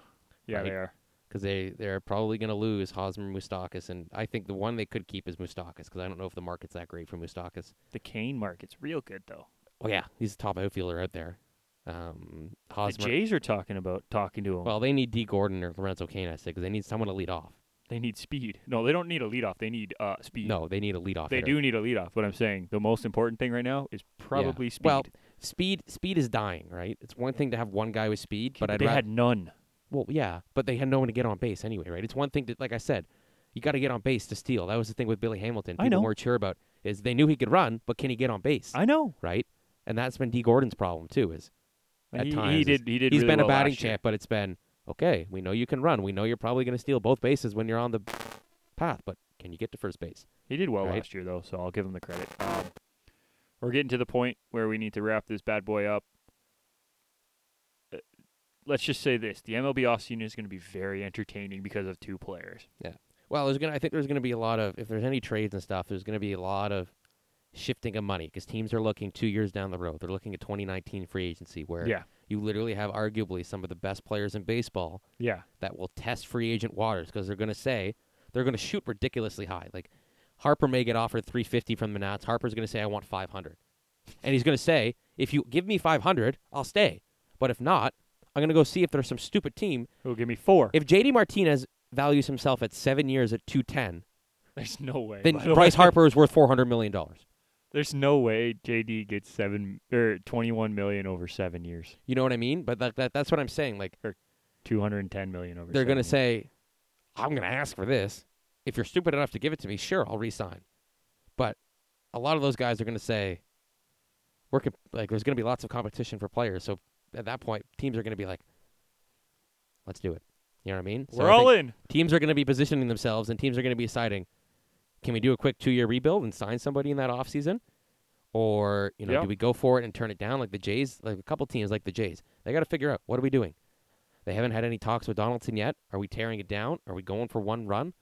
S1: Yeah,
S2: Right.
S1: they are.
S2: because they they're probably going to lose Hosmer, Mustakis, and I think the one they could keep is Mustakis because I don't know if the market's that great for Mustakis.
S1: The Kane market's real good though.
S2: Oh yeah, he's the top outfielder out there. Um,
S1: The
S2: Hosmer.
S1: Jays are talking about talking to him.
S2: well, they need D Gordon or Lorenzo Kane, I say, because they need someone to lead off.
S1: they need speed. No, they don't need a leadoff. They need uh speed.
S2: No, they need a lead off.
S1: they do need a leadoff. But I'm saying the most important thing right now is probably speed.
S2: Well, speed speed is dying, right? It's one thing to have one guy with speed, but I'd
S1: they
S2: rather
S1: had none.
S2: well, yeah, but they had no one to get on base anyway, right? It's one thing to like I said, you got to get on base to steal. That was the thing with Billy Hamilton.
S1: I
S2: People
S1: know.
S2: weren't sure about is they knew he could run, but can he get on base,
S1: I know.
S2: right? And that's been D Gordon's problem too. Is At
S1: he,
S2: times
S1: he
S2: it's-
S1: did. He did.
S2: he's
S1: really
S2: been
S1: well
S2: a batting
S1: last year.
S2: champ, but it's been okay. We know you can run. We know you're probably going to steal both bases when you're on the path, but can you get to first base?
S1: He did well
S2: right?
S1: last year though, so I'll give him the credit. Um, we're getting to the point where we need to wrap this bad boy up. Uh, Let's just say this: the MLB offseason is going to be very entertaining because of two players.
S2: Well, there's gonna. I think there's gonna be a lot of if there's any trades and stuff. There's gonna be a lot of shifting of money because teams are looking two years down the road. They're looking at 2019 free agency where
S1: Yeah,
S2: you literally have arguably some of the best players in baseball
S1: yeah,
S2: that will test free agent waters because they're gonna say they're gonna shoot ridiculously high. Like Harper may get offered 350 from the Nats. Harper's gonna say I want 500, and he's gonna say if you give me 500, I'll stay. But if not, I'm gonna go see if there's some stupid team.
S1: Who give me four?
S2: If JD Martinez values himself at seven years at 210
S1: There's no way.
S2: then
S1: by the
S2: Bryce
S1: way.
S2: Harper is worth four hundred million dollars.
S1: There's no way JD gets seven or twenty-one million over seven years,
S2: You know what I mean? But that, that that's what I'm saying. Like
S1: two hundred and ten million over.
S2: they're
S1: going
S2: gonna say, "I'm gonna ask for this." If you're stupid enough to give it to me, sure, I'll resign. But a lot of those guys are gonna say, "We're comp- like, there's gonna be lots of competition for players." So at that point, teams are gonna be like, "Let's do it." You know what I mean? So
S1: we're
S2: I
S1: all
S2: think
S1: in.
S2: teams are gonna be positioning themselves, and teams are gonna be deciding, "Can we do a quick two-year rebuild and sign somebody in that offseason? or you know,
S1: Yeah.
S2: do we go for it and turn it down like the Jays? Like a couple teams like the Jays, they got to figure out what are we doing. They haven't had any talks with Donaldson yet. Are we tearing it down? Are we going for one run?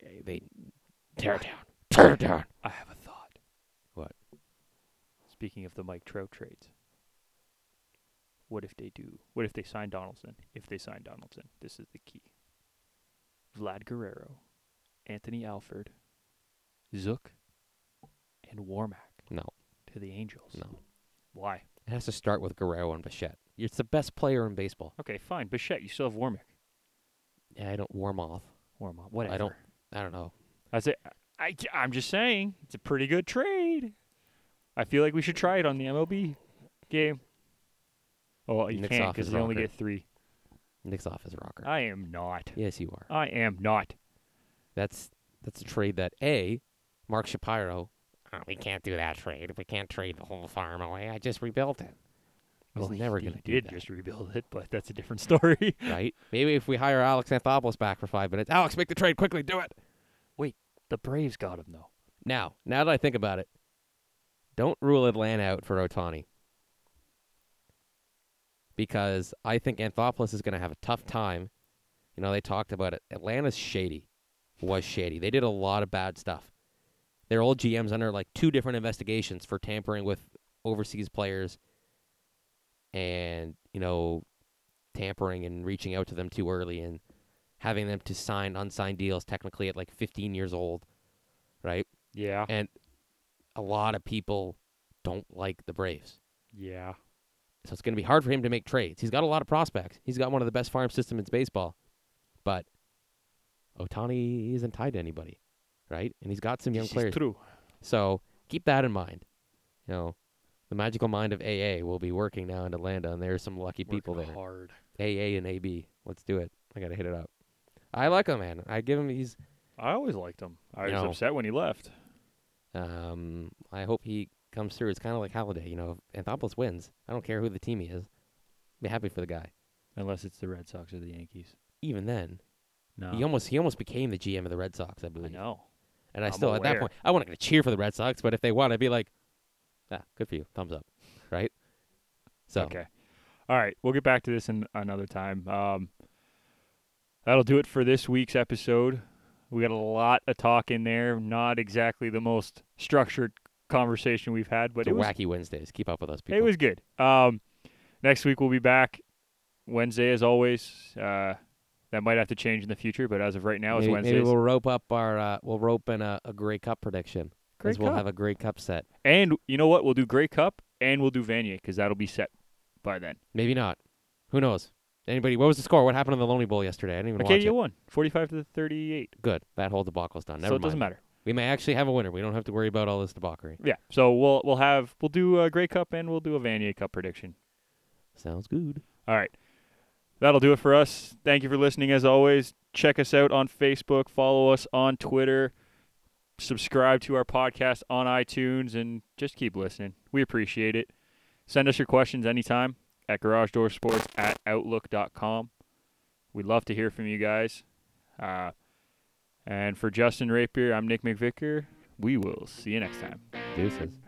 S2: Eh, They tear it down, tear it down.
S1: I have a thought.
S2: What?
S1: Speaking of the Mike Trout trades, what if they do? What if they sign Donaldson? If they sign Donaldson, this is the key. Vlad Guerrero, Anthony Alford, Zook, and Warmack
S2: No,
S1: to the Angels.
S2: no.
S1: Why?
S2: It has to start with Guerrero and Bichette. It's the best player in baseball.
S1: Okay, fine. Bichette, you still have Warmack.
S2: Yeah, I don't warm off.
S1: Warmack, whatever.
S2: don't- I don't know.
S1: That's it. I, I'm just saying, it's a pretty good trade. I feel like we should try it on the MLB game. Oh, you
S2: Nick's
S1: can't
S2: off
S1: because
S2: his
S1: you only
S2: rocker.
S1: get three.
S2: Nick's off his rocker.
S1: I am not.
S2: yes, you are.
S1: I am not.
S2: That's that's a trade that a Mark Shapiro. "Oh, we can't do that trade. We can't trade the whole farm away. I just rebuilt it. I was never
S1: he
S2: gonna do
S1: did
S2: that.
S1: just rebuild it, but that's a different story.
S2: right? Maybe if we hire Alex Anthopoulos back for five minutes, Alex, make the trade quickly. Do it
S1: the Braves got him though.
S2: now. Now that I think about it, don't rule Atlanta out for Otani because I think Anthopoulos is going to have a tough time. You know, they talked about it. Atlanta's shady, was shady. They did a lot of bad stuff. Their old GM's under like two different investigations for tampering with overseas players and, you know, tampering and reaching out to them too early and having them to sign unsigned deals technically at like 15 years old, right?
S1: Yeah.
S2: And a lot of people don't like the Braves.
S1: Yeah.
S2: So it's going to be hard for him to make trades. He's got a lot of prospects. He's got one of the best farm systems in baseball. But Otani isn't tied to anybody, right? And he's got some young
S1: This is
S2: players.
S1: true.
S2: So keep that in mind. You know, the magical mind of AA will be working now in Atlanta, and there are some lucky people
S1: Working
S2: there.
S1: Hard.
S2: AA and AB. Let's do it. I got to hit it up. I like him, man. I give him he's
S1: I always liked him. I was
S2: No.
S1: upset when he left.
S2: Um, I hope he comes through. It's kind of like Holiday, you know. If Anthopoulos wins, I don't care who the team he is. Be happy for the guy.
S1: Unless it's the Red Sox or the Yankees.
S2: Even then,
S1: No.
S2: he almost he almost became the GM of the Red Sox, I
S1: I
S2: believe.
S1: know.
S2: and I
S1: I'm
S2: still at that
S1: aware.
S2: point, I wasn't going to cheer for the Red Sox, but if they won, I'd be like, ah, good for you, thumbs up, right? So
S1: Okay. All right. We'll get back to this in another time. Um, that'll do it for this week's episode. We got a lot of talk in there. Not exactly the most structured conversation we've had, but
S2: it's a
S1: it was,
S2: wacky Wednesdays. Keep up with us, people.
S1: it was good. Um, next week we'll be back Wednesday as always. Uh, that might have to change in the future, but as of right now,
S2: maybe,
S1: it's
S2: maybe
S1: Wednesday.
S2: we'll rope up our uh, we'll rope in a, a Grey Cup prediction. 'cause we'll have a Grey Cup set.
S1: and you know what? We'll do Grey Cup and we'll do Vanier because that'll be set by then.
S2: Maybe not. Who knows? Anybody? What was the score? What happened in the Lonely Bowl yesterday? I didn't even watch it.
S1: Acadia won 45 to 38.
S2: Good. That whole debacle's done. Never
S1: so it
S2: mind.
S1: doesn't matter.
S2: We may actually have a winner. We don't have to worry about all this debauchery.
S1: Yeah. So we'll we'll have we'll do a Grey Cup and we'll do a Vanier Cup prediction.
S2: Sounds good.
S1: All right. That'll do it for us. Thank you for listening as always. Check us out on Facebook, follow us on Twitter, subscribe to our podcast on iTunes and just keep listening. We appreciate it. Send us your questions anytime at garagedoorsports at outlook.com. We'd love to hear from you guys. Uh, and for Justin Rapier, I'm Nick McVicker. We will see you next time.
S2: Deuces.